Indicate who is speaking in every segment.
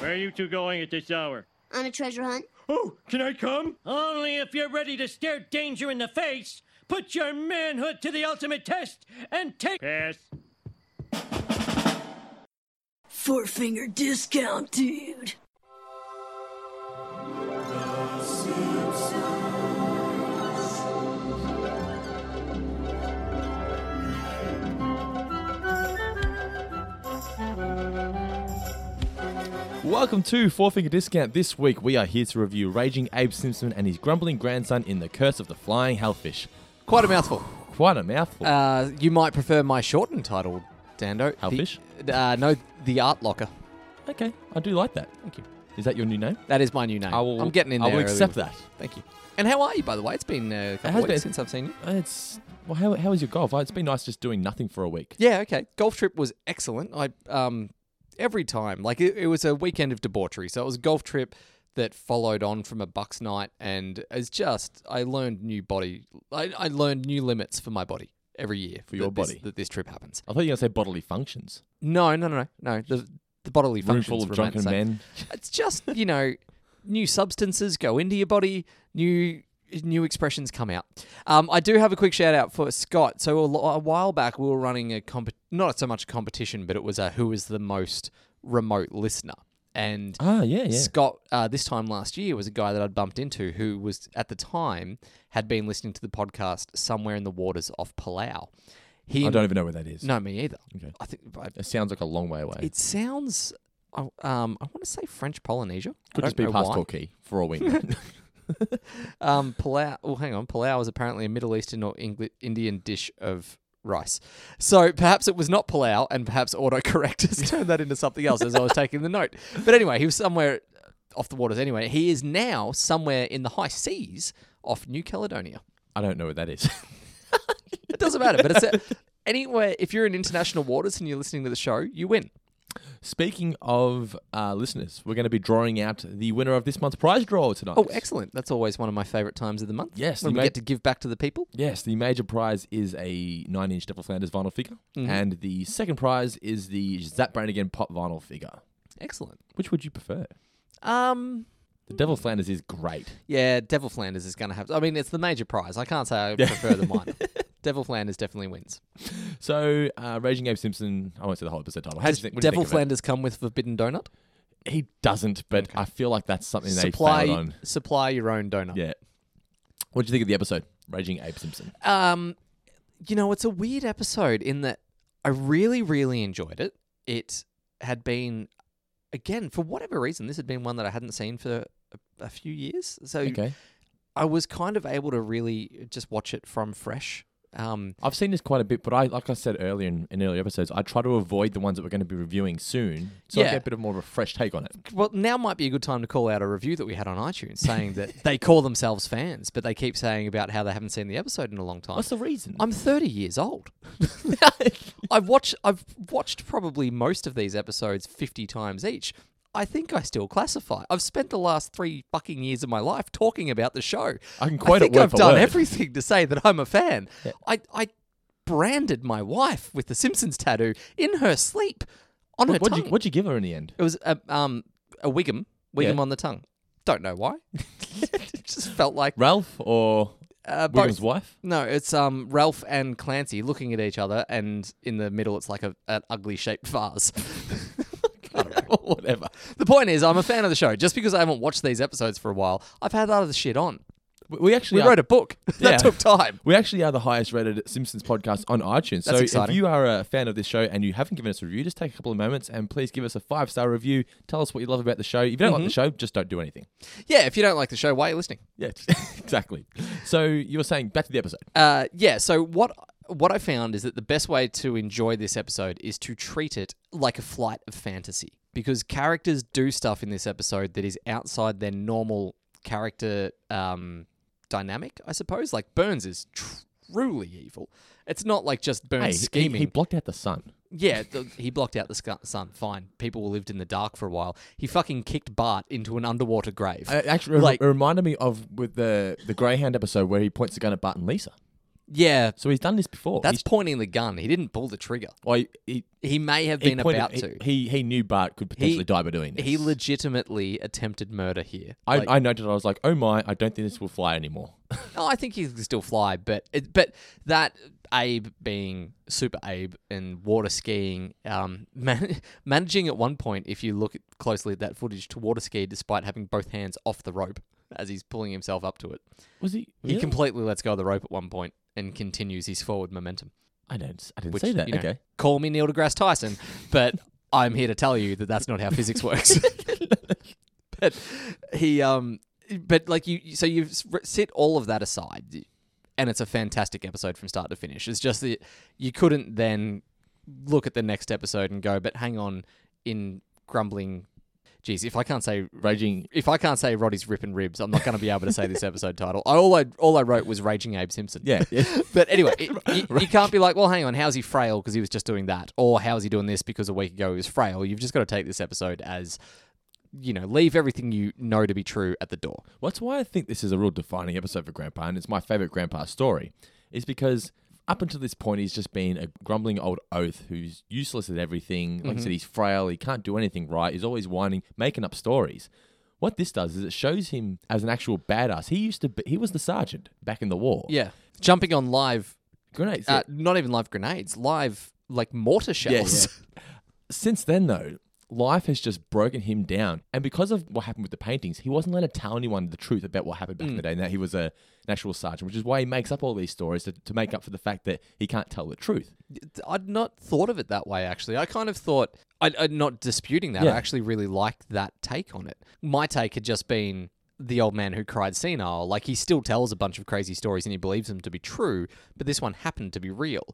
Speaker 1: Where are you two going at this hour?
Speaker 2: On a treasure hunt?
Speaker 1: Oh, can I come? Only if you're ready to stare danger in the face, put your manhood to the ultimate test, and take. Pass.
Speaker 3: Four finger discount, dude.
Speaker 4: Welcome to Four Finger Discount. This week we are here to review Raging Abe Simpson and his grumbling grandson in The Curse of the Flying Hellfish.
Speaker 5: Quite a mouthful.
Speaker 4: Quite a mouthful.
Speaker 5: Uh, you might prefer my shortened title, Dando. The-
Speaker 4: Hellfish?
Speaker 5: uh, no, The Art Locker.
Speaker 4: okay, I do like that. Thank you. Is that your new name?
Speaker 5: That is my new name.
Speaker 4: I will-
Speaker 5: I'm getting in
Speaker 4: I
Speaker 5: there.
Speaker 4: will
Speaker 5: early.
Speaker 4: accept that.
Speaker 5: Thank you. And how are you, by the way? It's been uh, a couple
Speaker 4: has
Speaker 5: of weeks
Speaker 4: been. Uh,
Speaker 5: since I've seen you.
Speaker 4: It's well. How, how is your golf? It's been nice just doing nothing for a week.
Speaker 5: Yeah, okay. Golf trip was excellent. I um every time like it, it was a weekend of debauchery. So it was a golf trip that followed on from a bucks night and it's just I learned new body I, I learned new limits for my body every year for
Speaker 4: your body.
Speaker 5: that this trip happens.
Speaker 4: I thought you were going to say bodily functions.
Speaker 5: No, no, no, no. No, the the bodily
Speaker 4: Room
Speaker 5: functions
Speaker 4: full of
Speaker 5: remain
Speaker 4: drunken
Speaker 5: the same.
Speaker 4: men.
Speaker 5: It's just, you know, new substances go into your body, new new expressions come out. Um, I do have a quick shout out for Scott. So a, lo- a while back, we were running a comp- not so much a competition, but it was a who is the most remote listener. And
Speaker 4: Ah, yeah, yeah.
Speaker 5: Scott, uh, this time last year, was a guy that I'd bumped into who was at the time had been listening to the podcast somewhere in the waters off Palau. He
Speaker 4: I don't even know where that is.
Speaker 5: no me either.
Speaker 4: Okay.
Speaker 5: I think I,
Speaker 4: It sounds like a long way away.
Speaker 5: it sounds. I- Um, I want to say French Polynesia. I
Speaker 4: Could
Speaker 5: don't
Speaker 4: just be
Speaker 5: know
Speaker 4: past
Speaker 5: why.
Speaker 4: Torquay for all we know.
Speaker 5: Um, Palau. Oh, hang on. Palau is apparently a Middle Eastern or Engli- Indian dish of rice. So perhaps it was not Palau, and perhaps autocorrect has turned that into something else as I was taking the note. But anyway, he was somewhere uh, off the waters. Anyway, he is now somewhere in the high seas off New Caledonia.
Speaker 4: I don't know what that is.
Speaker 5: It doesn't matter, but it's a, anywhere. If you're in international waters and you're listening to the show, you win.
Speaker 4: Speaking of uh, listeners, we're going to be drawing out the winner of this month's prize draw tonight.
Speaker 5: Oh, excellent! That's always one of my favorite times of the month.
Speaker 4: Yes,
Speaker 5: when
Speaker 4: you
Speaker 5: we
Speaker 4: may-
Speaker 5: get to give back to the people.
Speaker 4: Yes, the major prize is a nine-inch Devil Flanders vinyl figure,
Speaker 5: Mm-hmm.
Speaker 4: and the second prize is the Zap Brannigan pop vinyl figure.
Speaker 5: Excellent.
Speaker 4: Which would you prefer?
Speaker 5: Um,
Speaker 4: The Devil Flanders is great.
Speaker 5: Yeah, Devil Flanders is going to have. I mean, it's the major prize. I can't say I prefer the minor. Devil Flanders definitely wins.
Speaker 4: So, uh, Raging Abe Simpson. I won't say the whole episode title. How do you
Speaker 5: Does
Speaker 4: think, what do you
Speaker 5: Devil
Speaker 4: think of it?
Speaker 5: Flanders come with forbidden donut?
Speaker 4: He doesn't, but I feel like that's something they failed
Speaker 5: Supply
Speaker 4: on.
Speaker 5: supply your own donut.
Speaker 4: Yeah. What do you think of the episode, Raging Abe Simpson?
Speaker 5: Um, you know, it's a weird episode in that I really, really enjoyed it. It had been, again, for whatever reason, this had been one that I hadn't seen for a, a few years. So
Speaker 4: Okay,
Speaker 5: I was kind of able to really just watch it from fresh. Um,
Speaker 4: I've seen this quite a bit, but I, like I said earlier in, in earlier episodes, I try to avoid the ones that we're going to be reviewing soon, so I
Speaker 5: Yeah.
Speaker 4: get a bit of more of a fresh take on it.
Speaker 5: well, now might be a good time to call out a review that we had on iTunes saying that they call themselves fans, but they keep saying about how they haven't seen the episode in a long time.
Speaker 4: What's the reason?
Speaker 5: I'm 30 years old. I've watched I've watched probably most of these episodes 50 times each. I think I still classify. I've spent the last three fucking years of my life talking about the show.
Speaker 4: I can quote it
Speaker 5: think
Speaker 4: word
Speaker 5: I've
Speaker 4: for
Speaker 5: done
Speaker 4: word.
Speaker 5: everything to say that I'm a fan. I, I branded my wife with the Simpsons tattoo in her sleep on her
Speaker 4: What, would
Speaker 5: tongue.
Speaker 4: you, what'd you give her in the end?
Speaker 5: It was a um a Wiggum, Wiggum
Speaker 4: Yeah.
Speaker 5: on the tongue. Don't know why. it just felt like
Speaker 4: Ralph or
Speaker 5: uh,
Speaker 4: Wiggum's
Speaker 5: both.
Speaker 4: wife?
Speaker 5: No, it's um Ralph and Clancy looking at each other, and in the middle it's like a, an ugly shaped vase. I don't know.
Speaker 4: Whatever.
Speaker 5: The point is, I'm a fan of the show. Just because I haven't watched these episodes for a while, I've had other shit on.
Speaker 4: We- We actually
Speaker 5: We
Speaker 4: are,
Speaker 5: wrote a book that
Speaker 4: Yeah.
Speaker 5: took time.
Speaker 4: we actually are the highest rated Simpsons podcast on iTunes. so
Speaker 5: exciting.
Speaker 4: if you are a fan of this show and you haven't given us a review, just take a couple of moments and please give us a five star review. Tell us what you love about the show. If you don't like the show, just don't do anything.
Speaker 5: Yeah, if you don't like the show, why are you listening?
Speaker 4: Mm-hmm. Yeah, exactly. So you were saying back to the episode.
Speaker 5: Uh, yeah. So what what I found is that the best way to enjoy this episode is to treat it like a flight of fantasy because characters do stuff in this episode that is outside their normal character um, dynamic. I suppose like Burns is truly evil. It's not like just Burns
Speaker 4: Hey, he,
Speaker 5: scheming.
Speaker 4: he blocked out the sun.
Speaker 5: Yeah, th he blocked out the sc- sun. Fine. People lived in the dark for a while. He fucking kicked Bart into an underwater grave.
Speaker 4: Uh, actually, it
Speaker 5: Like-
Speaker 4: reminded me of with the the Greyhound episode where he points the gun at Bart and Lisa.
Speaker 5: Yeah,
Speaker 4: So he's done this before.
Speaker 5: that's
Speaker 4: He's-
Speaker 5: pointing the gun. He didn't pull the trigger.
Speaker 4: well, he, he,
Speaker 5: He may have
Speaker 4: he
Speaker 5: been
Speaker 4: pointed-
Speaker 5: about
Speaker 4: he-
Speaker 5: to. He,
Speaker 4: He, he knew Bart could potentially die by doing this.
Speaker 5: legitimately attempted murder here.
Speaker 4: I,
Speaker 5: Like-
Speaker 4: I noted. I was like, oh my, I don't think this will fly anymore.
Speaker 5: No, I think he can still fly, but it, but that Abe being super Abe and water skiing, um, man, managing at one point, if you look closely at that footage, to water ski despite having both hands off the rope as he's pulling himself up to it.
Speaker 4: Was he?
Speaker 5: He
Speaker 4: really?
Speaker 5: completely lets go of the rope at one point and continues his forward momentum.
Speaker 4: I don't. I didn't
Speaker 5: Which,
Speaker 4: say that.
Speaker 5: you know,
Speaker 4: okay.
Speaker 5: Call me Neil deGrasse Tyson, but I'm here to tell you that that's not how physics works. but he, um, but like you, so you s- r- set all of that aside, and it's a fantastic episode from start to finish. It's just that you couldn't then look at the next episode and go, but hang on, in grumbling, geez, if I can't say
Speaker 4: Raging.
Speaker 5: if I can't say Roddy's ripping ribs, I'm not going to be able to say this episode title. I, all I all I wrote was Raging Abe Simpson.
Speaker 4: Yeah. yeah.
Speaker 5: But anyway, it, you, you can't be like, well, hang on, how's he frail because he was just doing that, or how's he doing this because a week ago he was frail. You've just got to take this episode as, you know, leave everything you know to be true at the door.
Speaker 4: Well, That's why I think this is a real defining episode for Grandpa, and it's my favorite Grandpa story. Is because up until this point, he's just been a grumbling old oath who's useless at everything. Like I
Speaker 5: Mm-hmm.
Speaker 4: said, he's frail. He can't do anything right. He's always whining, making up stories. What this does is it shows him as an actual badass. He used to. Be, he was the sergeant back in the war.
Speaker 5: Yeah, jumping on live,
Speaker 4: Grenades.
Speaker 5: uh, not even live grenades, live like mortar shells.
Speaker 4: Since then, though, life has just broken him down. And because of what happened with the paintings, he wasn't allowed to tell anyone the truth about what happened back in the day and that he was a an actual sergeant, which is why he makes up all these stories to, to make up for the fact that he can't tell the truth.
Speaker 5: I'd not thought of it that way, actually. I kind of thought, I, I'm not disputing that.
Speaker 4: Yeah.
Speaker 5: I actually really liked that take on it. My take had just been the old man who cried senile. Like, he still tells a bunch of crazy stories and he believes them to be true, but this one happened to be real.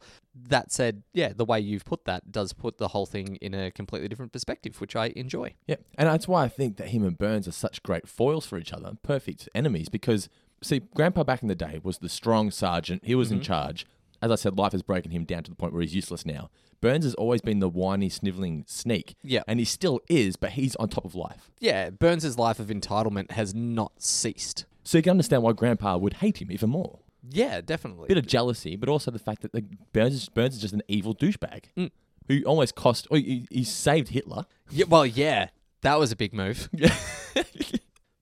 Speaker 5: That said, yeah, the way you've put that does put the whole thing in a completely different perspective, which I enjoy.
Speaker 4: Yeah. And that's why I think that him and Burns are such great foils for each other, perfect enemies, because, see, Grandpa back in the day was the strong sergeant. He was in charge. As I said, life has broken him down to the point where he's useless now. Burns has always been the whiny, sniveling sneak.
Speaker 5: Yeah.
Speaker 4: And he still is, but he's on top of life.
Speaker 5: Yeah, Burns' life of entitlement has not ceased.
Speaker 4: So you can understand why Grandpa would hate him even more.
Speaker 5: Yeah, definitely.
Speaker 4: bit of jealousy, but also the fact that the Burns, is, Burns is just an evil douchebag who almost cost. Oh, he, he saved Hitler.
Speaker 5: Yeah, well, yeah, that was a big move.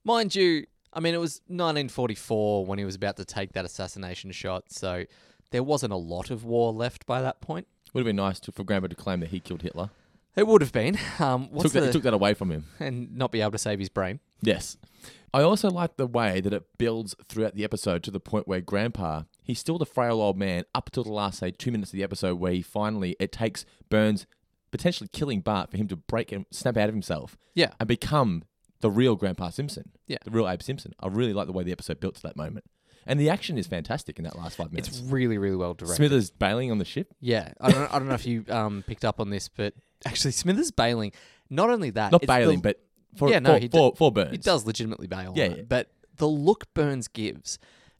Speaker 5: Mind you, I mean, it was 1944 when he was about to take that assassination shot, so there wasn't a lot of war left by that point.
Speaker 4: Would have been nice to, for Grandpa to claim that he killed Hitler.
Speaker 5: It would have been. Um, what's
Speaker 4: Took that,
Speaker 5: the,
Speaker 4: took that away from him.
Speaker 5: and not be able to save his brain.
Speaker 4: Yes. I also like the way that it builds throughout the episode to the point where Grandpa, he's still the frail old man up till the last, say, two minutes of the episode where he finally, it takes Burns potentially killing Bart for him to break and snap out of himself
Speaker 5: Yeah.
Speaker 4: and become the real Grandpa Simpson.
Speaker 5: Yeah.
Speaker 4: The real Abe Simpson. I really like the way the episode built to that moment. And the action is fantastic in that last five minutes.
Speaker 5: It's really, really well directed.
Speaker 4: Smithers bailing on the ship.
Speaker 5: yeah, I don't, I don't know if you um, picked up on this, but actually, Smithers bailing. Not only that,
Speaker 4: Not
Speaker 5: it's the-
Speaker 4: bailing, but for,
Speaker 5: Yeah, no,
Speaker 4: for,
Speaker 5: he
Speaker 4: for, for Burns.
Speaker 5: He does legitimately bail. on
Speaker 4: Yeah,
Speaker 5: that,
Speaker 4: yeah.
Speaker 5: But the look Burns gives,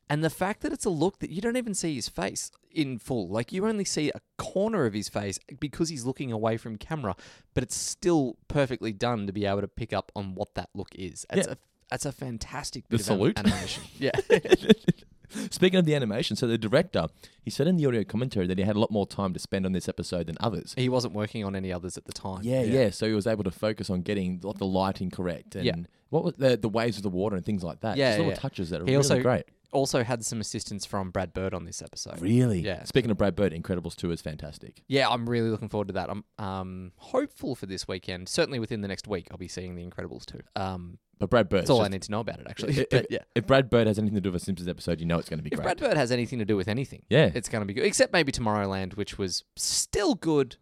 Speaker 5: and the fact that it's a look that you don't even see his face in full, like you only see a corner of his face because he's looking away from camera, but it's still perfectly done to be able to pick up on what that look is. It's
Speaker 4: Yeah.
Speaker 5: a that's a fantastic
Speaker 4: The
Speaker 5: bit of
Speaker 4: salute?
Speaker 5: an- animation. yeah,
Speaker 4: Speaking of the animation, so the director, he said in the audio commentary that he had a lot more time to spend on this episode than others.
Speaker 5: he wasn't working on any others at the time.
Speaker 4: Yeah, yeah. So he was able to focus on getting the the lighting correct and
Speaker 5: Yeah.
Speaker 4: what was the, the waves of the water and things like that.
Speaker 5: Yeah,
Speaker 4: Just little
Speaker 5: yeah.
Speaker 4: touches that are
Speaker 5: He
Speaker 4: really
Speaker 5: also
Speaker 4: great.
Speaker 5: also had some assistance from Brad Bird on this episode.
Speaker 4: Really?
Speaker 5: Yeah.
Speaker 4: Speaking of Brad Bird, Incredibles 2 is fantastic.
Speaker 5: Yeah, I'm really looking forward to that. I'm um, hopeful for this weekend. Certainly within the next week, I'll be seeing The Incredibles too. Um,
Speaker 4: But Brad Bird.
Speaker 5: that's all I need to know about it, actually.
Speaker 4: If,
Speaker 5: but
Speaker 4: if-
Speaker 5: yeah,
Speaker 4: if Brad Bird has anything to do with a Simpsons episode, you know it's going to be
Speaker 5: if
Speaker 4: great.
Speaker 5: Brad Bird has anything to do with anything,
Speaker 4: Yeah.
Speaker 5: it's going to be good. Except maybe Tomorrowland, which was still good,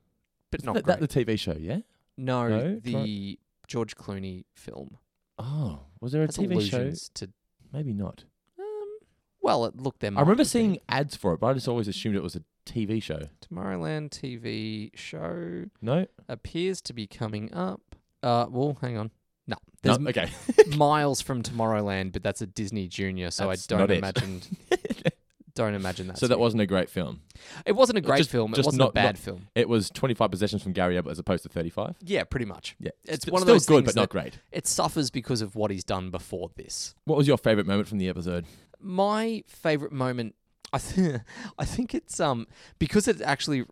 Speaker 5: but not
Speaker 4: Th-
Speaker 5: great.
Speaker 4: that the TV show, yeah?
Speaker 5: no,
Speaker 4: No?
Speaker 5: the George Clooney film
Speaker 4: Oh, was there a
Speaker 5: has
Speaker 4: TV show?
Speaker 5: allusions to.
Speaker 4: Maybe not.
Speaker 5: Um, well, it looked them.
Speaker 4: I remember seeing ads for it, but I just always assumed it was a TV show.
Speaker 5: Tomorrowland TV show
Speaker 4: No?
Speaker 5: appears to be coming up. Uh, well, hang on. No,
Speaker 4: No?
Speaker 5: there's m-
Speaker 4: Okay.
Speaker 5: miles from Tomorrowland, but that's a Disney Junior, so
Speaker 4: That's
Speaker 5: I
Speaker 4: not
Speaker 5: don't
Speaker 4: it.
Speaker 5: imagine. don't imagine that.
Speaker 4: so that wasn't a great film.
Speaker 5: It wasn't a great
Speaker 4: just-
Speaker 5: film. It
Speaker 4: just
Speaker 5: wasn't
Speaker 4: not-
Speaker 5: a bad
Speaker 4: not-
Speaker 5: film.
Speaker 4: It was 25 possessions from Gary Abbott as opposed to 35.
Speaker 5: Yeah, pretty much.
Speaker 4: Yeah.
Speaker 5: It's
Speaker 4: St-
Speaker 5: one of
Speaker 4: still
Speaker 5: those
Speaker 4: good,
Speaker 5: things
Speaker 4: but not
Speaker 5: that-
Speaker 4: great.
Speaker 5: It suffers because of what he's done before this.
Speaker 4: What was your favorite moment from the episode?
Speaker 5: My favorite moment. I, th- I think it's um because it's actually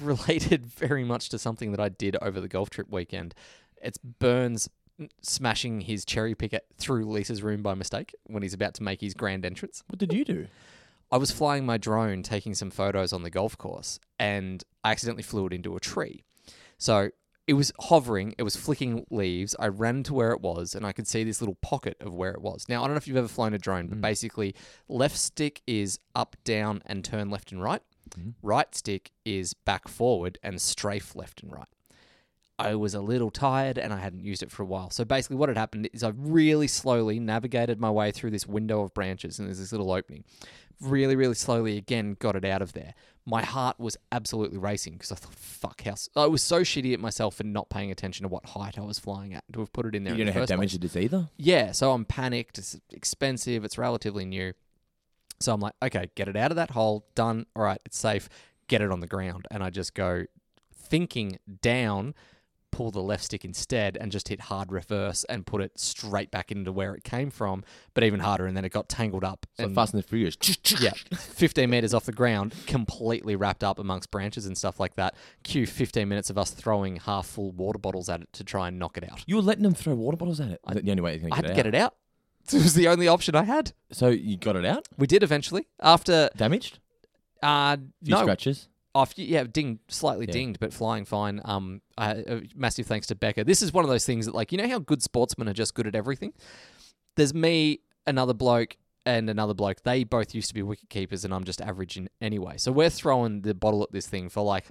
Speaker 5: related very much to something that I did over the golf trip weekend. It's Burns smashing his cherry picker through Lisa's room by mistake when he's about to make his grand entrance.
Speaker 4: What did you do?
Speaker 5: I was flying my drone taking some photos on the golf course and I accidentally flew it into a tree. So it was hovering, it was flicking leaves. I ran to where it was and I could see this little pocket of where it was. Now, I don't know if you've ever flown a drone, but basically, left stick is up, down, and turn left and right. Right stick is back forward and strafe left and right. I was a little tired and I hadn't used it for a while. So basically, what had happened is I really slowly navigated my way through this window of branches and there's this little opening. Really, really slowly again got it out of there. My heart was absolutely racing because I thought, fuck, how. s- I was so shitty at myself for not paying attention to what height I was flying at and to have put it in there.
Speaker 4: You
Speaker 5: in
Speaker 4: don't know how
Speaker 5: the first place
Speaker 4: damaged it is either.
Speaker 5: yeah, so I'm panicked. It's expensive. It's relatively new. So I'm like, okay, get it out of that hole. Done. All right, it's safe. Get it on the ground. And I just go thinking down, pull the left stick instead, and just hit hard reverse and put it straight back into where it came from, but even harder. And then it got tangled up.
Speaker 4: So
Speaker 5: and
Speaker 4: Fast and the Furious.
Speaker 5: yeah, 15 meters off the ground, completely wrapped up amongst branches and stuff like that. Cue 15 minutes of us throwing half full water bottles at it to try and knock it out.
Speaker 4: You were letting them throw water bottles at it. Is that the only way it's going to
Speaker 5: I had to
Speaker 4: get,
Speaker 5: get
Speaker 4: out?
Speaker 5: it out. It was the only option I had.
Speaker 4: So you got it out?
Speaker 5: We did eventually after
Speaker 4: Damaged?
Speaker 5: uh
Speaker 4: Few
Speaker 5: no
Speaker 4: scratches?
Speaker 5: after yeah dinged slightly dinged but flying fine um I, uh, massive thanks to Becca. This is one of those things that like you know how good sportsmen are just good at everything. There's me, another bloke, and another bloke. They both used to be wicket keepers, and I'm just average in anyway. So we're throwing the bottle at this thing for like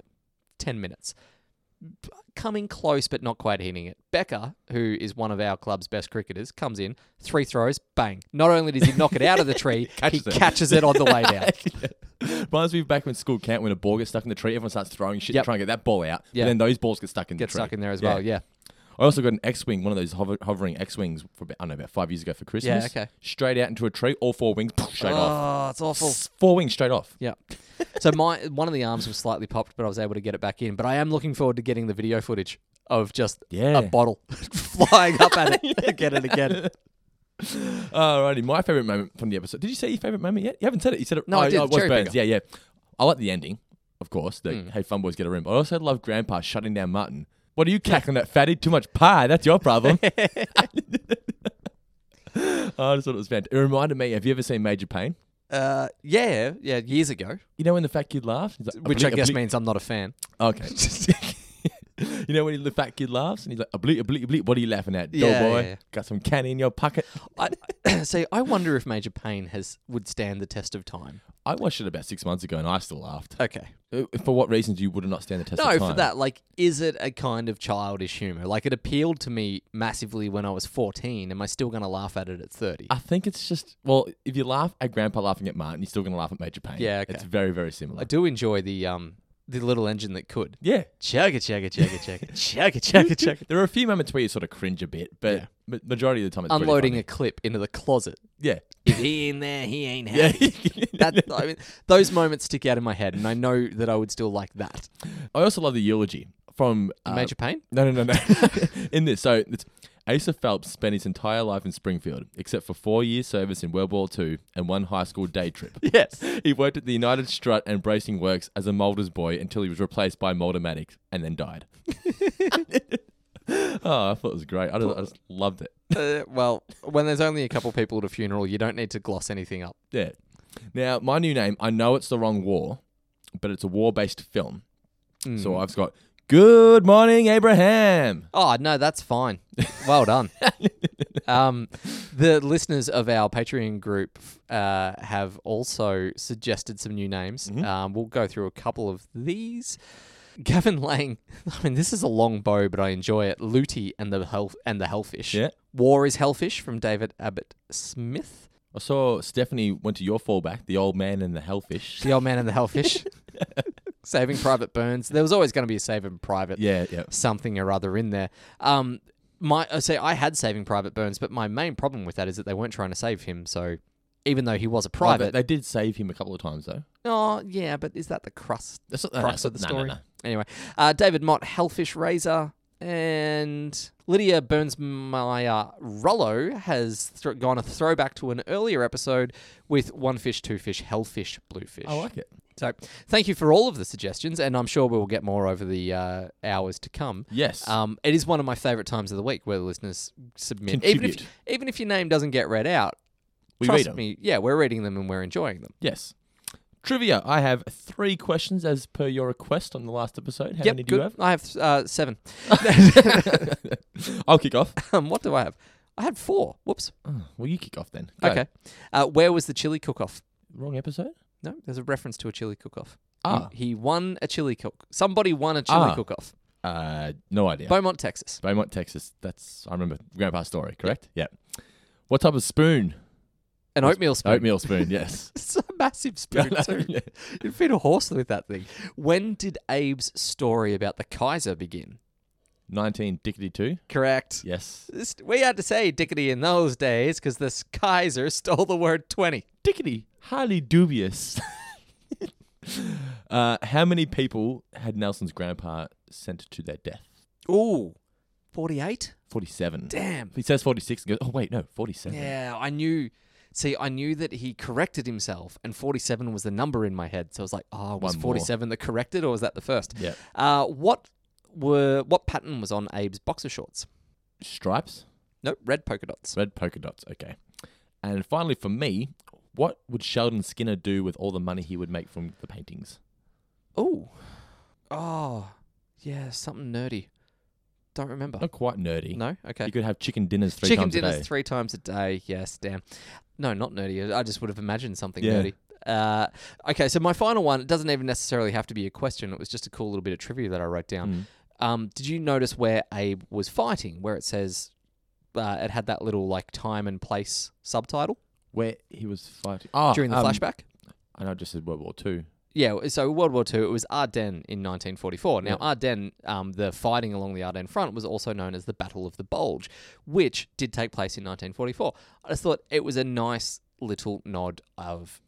Speaker 5: ten minutes. B- Coming close, but not quite hitting it. Becca, who is one of our club's best cricketers, comes in, three throws, bang. Not only does he knock it out of the tree,
Speaker 4: Catches
Speaker 5: he
Speaker 4: it.
Speaker 5: catches it on the way down.
Speaker 4: Reminds me of back when school camp when a ball gets stuck in the tree, everyone starts throwing shit
Speaker 5: Yep.
Speaker 4: to try and get that ball out.
Speaker 5: Yeah.
Speaker 4: Yeah. Then those balls get stuck in
Speaker 5: Get
Speaker 4: the tree.
Speaker 5: stuck in there as
Speaker 4: Yeah.
Speaker 5: well, yeah.
Speaker 4: I also got an X wing, one of those hover- hovering X wings, for about, I don't know about five years ago for Christmas.
Speaker 5: okay.
Speaker 4: Straight out into a tree, all four wings straight off.
Speaker 5: Oh, it's awful.
Speaker 4: Four wings straight off.
Speaker 5: Yeah. So my one of the arms was slightly popped, but I was able to get it back in. But I am looking forward to getting the video footage of just
Speaker 4: Yeah.
Speaker 5: a bottle flying up at it again and again.
Speaker 4: Alrighty, my favorite moment from the episode. Did you say your favorite moment yet? You haven't said it. You said it.
Speaker 5: No, I did,
Speaker 4: Oh, it was
Speaker 5: cherry
Speaker 4: Burns.
Speaker 5: picker. Hmm.
Speaker 4: Yeah, yeah. I like the ending, of course. The hey, fun boys get a room. But I also love Grandpa shutting down Martin. What are you cackling at, fatty? Too much pie. That's your problem. I just thought it was fantastic. It reminded me. Have you ever seen Major Pain?
Speaker 5: Uh, yeah, yeah, years ago,
Speaker 4: You know when the fat kid laughs, He's like,
Speaker 5: which I
Speaker 4: "Oblique,
Speaker 5: guess
Speaker 4: oblique."
Speaker 5: means I'm not a fan.
Speaker 4: Okay. you know when the fat kid laughs and he's like, "Oblique, oblique, oblique." What are you laughing at,
Speaker 5: Yeah,
Speaker 4: dough boy?
Speaker 5: yeah, yeah.
Speaker 4: Got some candy in your pocket.
Speaker 5: I, see, I wonder if Major Payne has would stand the test of time.
Speaker 4: I watched it about six months ago and I still laughed.
Speaker 5: Okay.
Speaker 4: Uh, For what reasons you would not stand the test
Speaker 5: No,
Speaker 4: of time?
Speaker 5: for that, like, is it a kind of childish humor? Like, it appealed to me massively when I was 14. Am I still going to laugh at it at 30?
Speaker 4: I think it's just well, if you laugh at Grandpa laughing at Martin, you're still gonna laugh at Major Payne.
Speaker 5: Yeah, okay.
Speaker 4: it's very very similar.
Speaker 5: I do enjoy the um the little engine that could.
Speaker 4: yeah,
Speaker 5: Chugga chugga chugga chugga chugga chugga chugga.
Speaker 4: there are a few moments where you sort of cringe a bit, but
Speaker 5: Yeah.
Speaker 4: ma- majority of the time it's pretty
Speaker 5: Unloading
Speaker 4: funny.
Speaker 5: a clip into the closet.
Speaker 4: yeah,
Speaker 5: If he in there, he ain't happy. that, I mean, those moments stick out in my head, and I know that I would still like that.
Speaker 4: I also love the eulogy from uh,
Speaker 5: Major pain.
Speaker 4: No, no, no, no. in this, so it's Asa Phelps spent his entire life in Springfield, except for four years service in World War II and one high school day trip.
Speaker 5: Yes.
Speaker 4: He worked at the United Strut and Bracing Works as a moulder's boy until he was replaced by Mouldermatic and then died. oh, I thought it was great. I just, I just loved it.
Speaker 5: Uh, well, when there's only a couple people at a funeral, you don't need to gloss anything up.
Speaker 4: Yeah. Now, my new name, I know it's the wrong war, but it's a war based film. So
Speaker 5: Hmm.
Speaker 4: I've got Good Morning Abraham.
Speaker 5: Oh no, that's fine. Well done. um, the listeners of our Patreon group uh, have also suggested some new names. Um, we'll go through a couple of these. Gavin Lang. I mean, this is a long bow, but I enjoy it. Looty and the hell and the hellfish.
Speaker 4: Yeah.
Speaker 5: War is hellfish from David Abbott Smith.
Speaker 4: I saw Stephanie went to your fallback, The Old Man and the Hellfish.
Speaker 5: The old man and the hellfish. Saving Private Burns. There was always going to be a Saving Private.
Speaker 4: Yeah, yeah.
Speaker 5: something or other in there. Um, my I say I had Saving Private Burns, but my main problem with that is that they weren't trying to save him. So even though he was a
Speaker 4: Oh, they-
Speaker 5: private,
Speaker 4: They did save him a couple of times, though.
Speaker 5: oh yeah, but is that the crust
Speaker 4: That's not,
Speaker 5: crux of the
Speaker 4: no, no,
Speaker 5: story?
Speaker 4: no.
Speaker 5: Anyway, uh, David Mott, Hellfish Razor, And Lydia Burnsmeyer Rollo has thro gone a throwback to an earlier episode with one fish, two fish, hellfish, bluefish.
Speaker 4: I like it.
Speaker 5: So, thank you for all of the suggestions, and I'm sure we will get more over the uh, hours to come.
Speaker 4: Yes.
Speaker 5: um, it is one of my favorite times of the week where the listeners submit, even if
Speaker 4: Contribute.
Speaker 5: even if your name doesn't get read out.
Speaker 4: We
Speaker 5: trust
Speaker 4: read 'em.
Speaker 5: me, yeah, we're reading them and we're enjoying them.
Speaker 4: Yes. Trivia. I have three questions as per your request on the last episode. How
Speaker 5: yep,
Speaker 4: many do
Speaker 5: good.
Speaker 4: you have?
Speaker 5: I have uh, seven.
Speaker 4: I'll kick off.
Speaker 5: um, what do I have? I had four. Whoops.
Speaker 4: Oh, Well, you kick off then. Go.
Speaker 5: Okay. Uh, where was the chili cook-off?
Speaker 4: Wrong episode?
Speaker 5: No, there's a reference to a chili cook-off.
Speaker 4: Ah.
Speaker 5: He, he won a chili cook. Somebody won a chili
Speaker 4: Ah.
Speaker 5: cook-off.
Speaker 4: Uh, no idea.
Speaker 5: Beaumont, Texas.
Speaker 4: Beaumont, Texas. That's, I remember Grandpa's story, correct? Yeah. What type of spoon?
Speaker 5: An oatmeal spoon.
Speaker 4: Oatmeal spoon, yes.
Speaker 5: It's a massive spoon too.
Speaker 4: Yeah.
Speaker 5: You'd feed a horse with that thing. When did Abe's story about the Kaiser begin?
Speaker 4: 19 Dickety 2?
Speaker 5: Correct.
Speaker 4: Yes.
Speaker 5: This- We had to say dickety in those days because this Kaiser stole the word 20.
Speaker 4: Dickety. Highly dubious. uh, how many people had Nelson's grandpa sent to their death?
Speaker 5: Ooh, 48?
Speaker 4: 47.
Speaker 5: Damn.
Speaker 4: He says 46 and goes, oh, wait, no, 47.
Speaker 5: Yeah, I knew. See, I knew that he corrected himself, and 47 was the number in my head. So I was like, oh, was
Speaker 4: One more.
Speaker 5: 47 the corrected, or was that the first?
Speaker 4: Yeah.
Speaker 5: Uh, what were what pattern was on Abe's boxer shorts?
Speaker 4: Stripes?
Speaker 5: Nope, red polka dots.
Speaker 4: Red polka dots. Okay. And finally, for me, what would Sheldon Skinner do with all the money he would make from the paintings?
Speaker 5: Oh. Oh. Yeah, something nerdy. Don't remember.
Speaker 4: Not quite nerdy.
Speaker 5: No? Okay.
Speaker 4: You could have chicken dinners three
Speaker 5: Chicken
Speaker 4: times
Speaker 5: dinners
Speaker 4: a day.
Speaker 5: three times a day. Yes, damn. No, not nerdy. I just would have imagined something
Speaker 4: Yeah.
Speaker 5: nerdy. Uh, okay, so my final one, it doesn't even necessarily have to be a question. It was just a cool little bit of trivia that I wrote down.
Speaker 4: Mm.
Speaker 5: Um, did you notice where Abe was fighting, where it says uh, it had that little like time and place subtitle
Speaker 4: Where he was fighting. Oh,
Speaker 5: during the
Speaker 4: um,
Speaker 5: flashback?
Speaker 4: I know I just said World War Two.
Speaker 5: Yeah, so World War II, it was Ardennes in 1944. Now, Ardennes, um, the fighting along the Ardennes front was also known as the Battle of the Bulge, which did take place in 1944. I just thought it was a nice little nod of.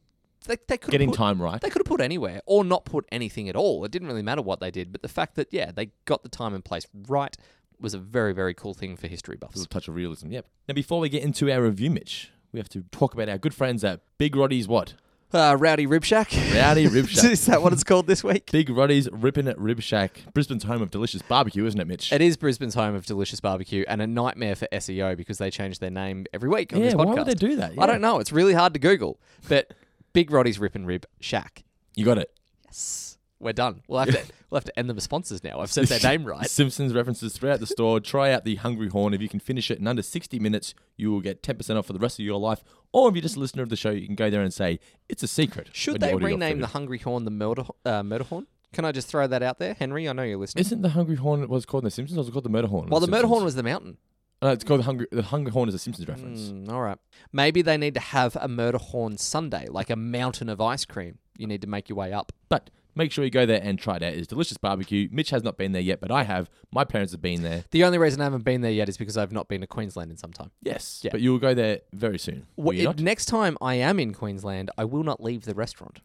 Speaker 5: They, they could
Speaker 4: Getting
Speaker 5: put,
Speaker 4: time right.
Speaker 5: They could have put anywhere or not put anything at all. It didn't really matter what they did, but the fact that, yeah, they got the time and place right was a very, very cool thing for history buffs.
Speaker 4: Little touch of realism. Yep. Now, before we get into our review, Mitch, we have to talk about our good friends at Big Roddy's what?
Speaker 5: Uh, Rowdy Rib Shack.
Speaker 4: Rowdy Rib Shack.
Speaker 5: Is that what it's called this week?
Speaker 4: Big Roddy's Rippin' Rib Shack, Brisbane's home of delicious barbecue, isn't it, Mitch?
Speaker 5: It is Brisbane's home of delicious barbecue and a nightmare for SEO because they change their name every week on
Speaker 4: Yeah,
Speaker 5: this
Speaker 4: why
Speaker 5: podcast.
Speaker 4: would they do that?
Speaker 5: I
Speaker 4: Yeah.
Speaker 5: don't know. It's really hard to Google. But Big Roddy's Rip and Rib Shack.
Speaker 4: you got it.
Speaker 5: Yes. We're done. We'll have to we'll have to end them as sponsors now. I've said their name right.
Speaker 4: Simpsons references throughout the store. Try out the Hungry Horn. If you can finish it in under 60 minutes, you will get 10% off for the rest of your life. Or if you're just a listener of the show, you can go there and say, it's a secret.
Speaker 5: Should
Speaker 4: when you
Speaker 5: they
Speaker 4: order your
Speaker 5: rename
Speaker 4: food.
Speaker 5: the Hungry Horn the Murder uh, Murder Horn? Can I just throw that out there, Henry? I know you're listening.
Speaker 4: Isn't the Hungry Horn what it's called in The Simpsons or is it called the Murder Horn? in
Speaker 5: well, the Murder
Speaker 4: Simpsons?
Speaker 5: Horn was the mountain.
Speaker 4: No, it's called the Hungry, the Hungry Horn is a Simpsons reference.
Speaker 5: Mm, all right. Maybe they need to have a Murder Horn Sunday, like a mountain of ice cream. You need to make your way up.
Speaker 4: But make sure you go there and try it out. It's delicious barbecue. Mitch has not been there yet, but I have. My parents have been there.
Speaker 5: The only reason I haven't been there yet is because I've not been to Queensland in some time.
Speaker 4: Yes.
Speaker 5: Yeah.
Speaker 4: But you will go there very soon. Will
Speaker 5: Well,
Speaker 4: you
Speaker 5: it-
Speaker 4: not?
Speaker 5: next time I am in Queensland, I will not leave the restaurant.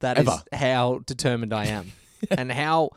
Speaker 5: That is
Speaker 4: Ever.
Speaker 5: how determined I am, and how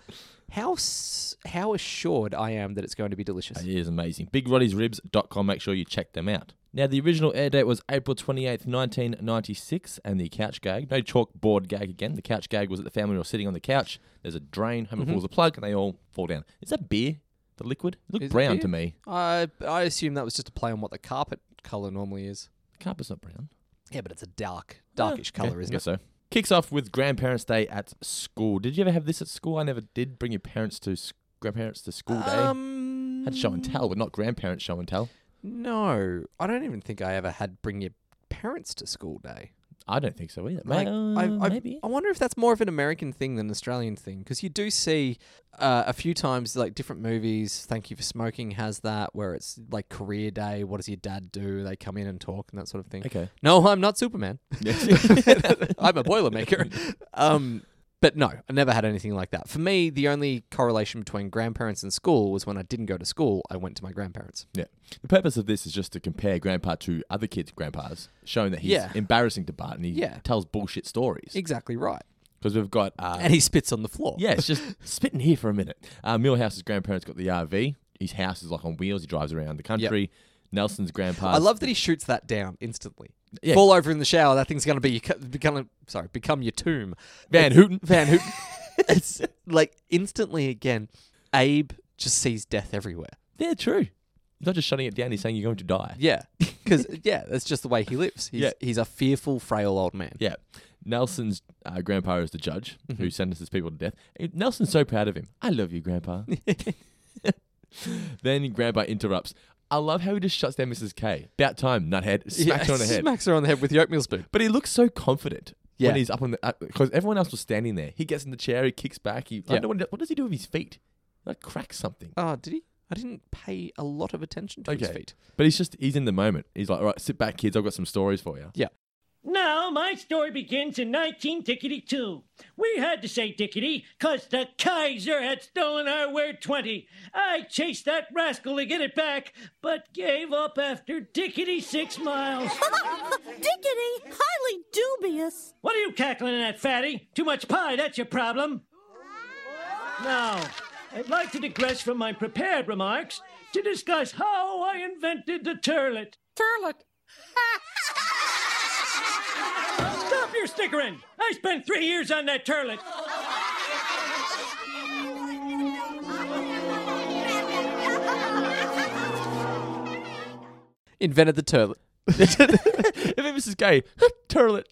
Speaker 5: how s- how assured I am that it's going to be delicious.
Speaker 4: It is amazing. BigRoddy'sRibs.com. Make sure you check them out. Now, the original air date was April 28th, 1996, and the couch gag, no chalkboard gag again. The couch gag was that the family were sitting on the couch. There's a drain, Homer
Speaker 5: Mm-hmm.
Speaker 4: pulls a plug, and they all fall down. Is that beer? The liquid? It looked
Speaker 5: Is it
Speaker 4: brown
Speaker 5: beer?
Speaker 4: to me.
Speaker 5: I I assume that was just a play on what the carpet color normally is.
Speaker 4: The carpet's not brown.
Speaker 5: Yeah, but it's a dark darkish
Speaker 4: Yeah,
Speaker 5: color,
Speaker 4: I
Speaker 5: isn't it?
Speaker 4: guess so. Kicks off with Grandparents' Day at school. Did you ever have this at school? I never did. Bring your parents to s- grandparents to school day.
Speaker 5: Um,
Speaker 4: Had show and tell, but not grandparents show and tell.
Speaker 5: No, I don't even think I ever had bring your parents to school day.
Speaker 4: I don't think so either.
Speaker 5: Like,
Speaker 4: Well,
Speaker 5: I, I,
Speaker 4: uh, maybe.
Speaker 5: I wonder if that's more of an American thing than an Australian thing because you do see uh, a few times like different movies. Thank you for smoking has that where it's like career day. What does your dad do? They come in and talk and that sort of thing.
Speaker 4: Okay.
Speaker 5: No, I'm not Superman. oh. I'm a boilermaker. Um, but no, I never had anything like that. For me, the only correlation between grandparents and school was when I didn't go to school, I went to my grandparents.
Speaker 4: Yeah. The purpose of this is just to compare Grandpa to other kids' grandpas, showing that he's
Speaker 5: Yeah.
Speaker 4: embarrassing to Bart and he
Speaker 5: Yeah.
Speaker 4: tells bullshit stories.
Speaker 5: Exactly right.
Speaker 4: Because we've got. Uh,
Speaker 5: And he spits on the floor.
Speaker 4: yeah, it's just spitting here for a minute. Uh, Millhouse's grandparents got the RV. his house is like on wheels. He drives around the country. Nelson's grandpa.
Speaker 5: I love that he shoots that down instantly.
Speaker 4: Yeah.
Speaker 5: Fall over in the shower. That thing's going to be become sorry become your tomb.
Speaker 4: Van
Speaker 5: It's-
Speaker 4: Houten.
Speaker 5: Van Houten. it's like instantly again. Abe just sees death everywhere.
Speaker 4: Yeah, true. He's not just shutting it down. He's saying you're going to die.
Speaker 5: Yeah, because yeah, that's just the way he lives. He's,
Speaker 4: Yeah.
Speaker 5: he's a fearful, frail old man.
Speaker 4: Yeah. Nelson's uh, grandpa is the judge who sentences people to death. Eh, Nelson's so proud of him. I love you, grandpa. then grandpa interrupts. I love how he just shuts down Mrs. K. About time, nuthead. Smacks her on the head.
Speaker 5: Smacks her on the head with the oatmeal spoon.
Speaker 4: But he looks so confident
Speaker 5: Yeah.
Speaker 4: when he's up on the because everyone else was standing there. He gets in the chair, he kicks back. He I
Speaker 5: Yeah.
Speaker 4: don't know what, what does he do with his feet? Like cracks something.
Speaker 5: Oh, did he? I didn't pay a lot of attention to his
Speaker 4: Okay.
Speaker 5: feet.
Speaker 4: But he's just he's in the moment. He's like, all right, sit back, kids. I've got some stories for you.
Speaker 1: Now, my story begins in 19-tickety-2. We had to say tickety, 'cause the Kaiser had stolen our Ware 20. I chased that rascal to get it back, but gave up after tickety six miles.
Speaker 2: Dickety, highly dubious.
Speaker 1: What are you cackling at, fatty? Too much pie, that's your problem. Now, I'd like to digress from my prepared remarks to discuss how I invented the turlet.
Speaker 2: Turlet.
Speaker 1: Stop your snickering! I spent three years on that turlet.
Speaker 5: Invented the turlet.
Speaker 4: and then Mrs. K, turlet.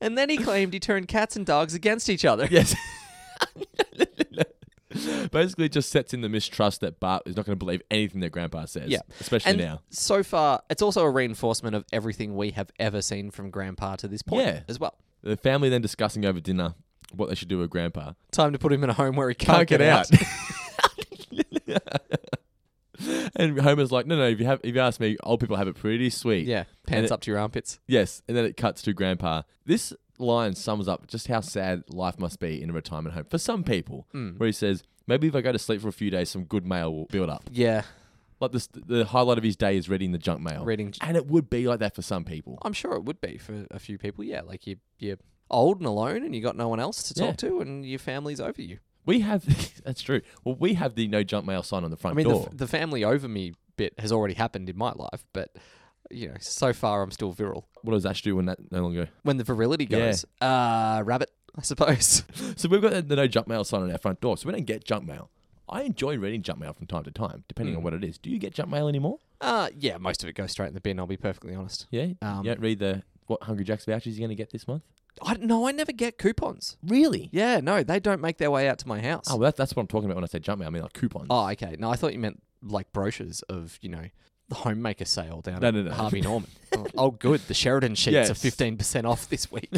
Speaker 5: And then he claimed he turned cats and dogs against each other.
Speaker 4: Yes. Basically, it just sets in the mistrust that Bart is not going to believe anything that Grandpa says.
Speaker 5: Yeah.
Speaker 4: Especially
Speaker 5: And
Speaker 4: now.
Speaker 5: so far, it's also a reinforcement of everything we have ever seen from Grandpa to this point
Speaker 4: Yeah.
Speaker 5: as well.
Speaker 4: The family then discussing over dinner what they should do with Grandpa.
Speaker 5: Time to put him in a home where he can't,
Speaker 4: Can't get out. and Homer's like, no, no. If you have, if you ask me, old people have it pretty sweet.
Speaker 5: yeah,
Speaker 4: And
Speaker 5: pants
Speaker 4: it-
Speaker 5: up to your armpits.
Speaker 4: Yes. And then it cuts to Grandpa. This line sums up just how sad life must be in a retirement home for some people. Where he says, maybe if I go to sleep for a few days, some good mail will build up.
Speaker 5: Yeah,
Speaker 4: Like this, the highlight of his day is reading the junk mail.
Speaker 5: Reading-
Speaker 4: and it would be like that for some people.
Speaker 5: I'm sure it would be for a few people. Yeah, like you, you're old and alone, and you got no one else to
Speaker 4: Yeah.
Speaker 5: talk to, and your family's over you.
Speaker 4: We have that's true. Well, we have the no junk mail sign on the front
Speaker 5: I mean, the,
Speaker 4: door.
Speaker 5: f- the family over me bit has already happened in my life, but you know, so far I'm still virile.
Speaker 4: what does Ash do when that no longer?
Speaker 5: When the virility
Speaker 4: Yeah.
Speaker 5: goes, uh, rabbit, I suppose.
Speaker 4: So we've got the, the no junk mail sign on our front door, so we don't get junk mail. I enjoy reading junk mail from time to time, depending on
Speaker 5: Mm.
Speaker 4: what it is. Do you get junk mail anymore?
Speaker 5: uh, yeah, most of it goes straight in the bin. I'll be perfectly honest.
Speaker 4: Yeah.
Speaker 5: Um,
Speaker 4: you don't read the what Hungry Jack's vouchers you're going to get this month.
Speaker 5: I no, I never get coupons.
Speaker 4: Really? Yeah.
Speaker 5: Yeah, no, they don't make their way out to my house.
Speaker 4: Oh, well, that, that's what I'm talking about when I say junk mail. I mean like coupons.
Speaker 5: Oh, okay. No, I thought you meant like brochures of, you know, the homemaker sale down
Speaker 4: No,
Speaker 5: at
Speaker 4: no, no.
Speaker 5: Harvey Norman. oh, oh, good. The Sheridan sheets
Speaker 4: Yes.
Speaker 5: are 15% off this week.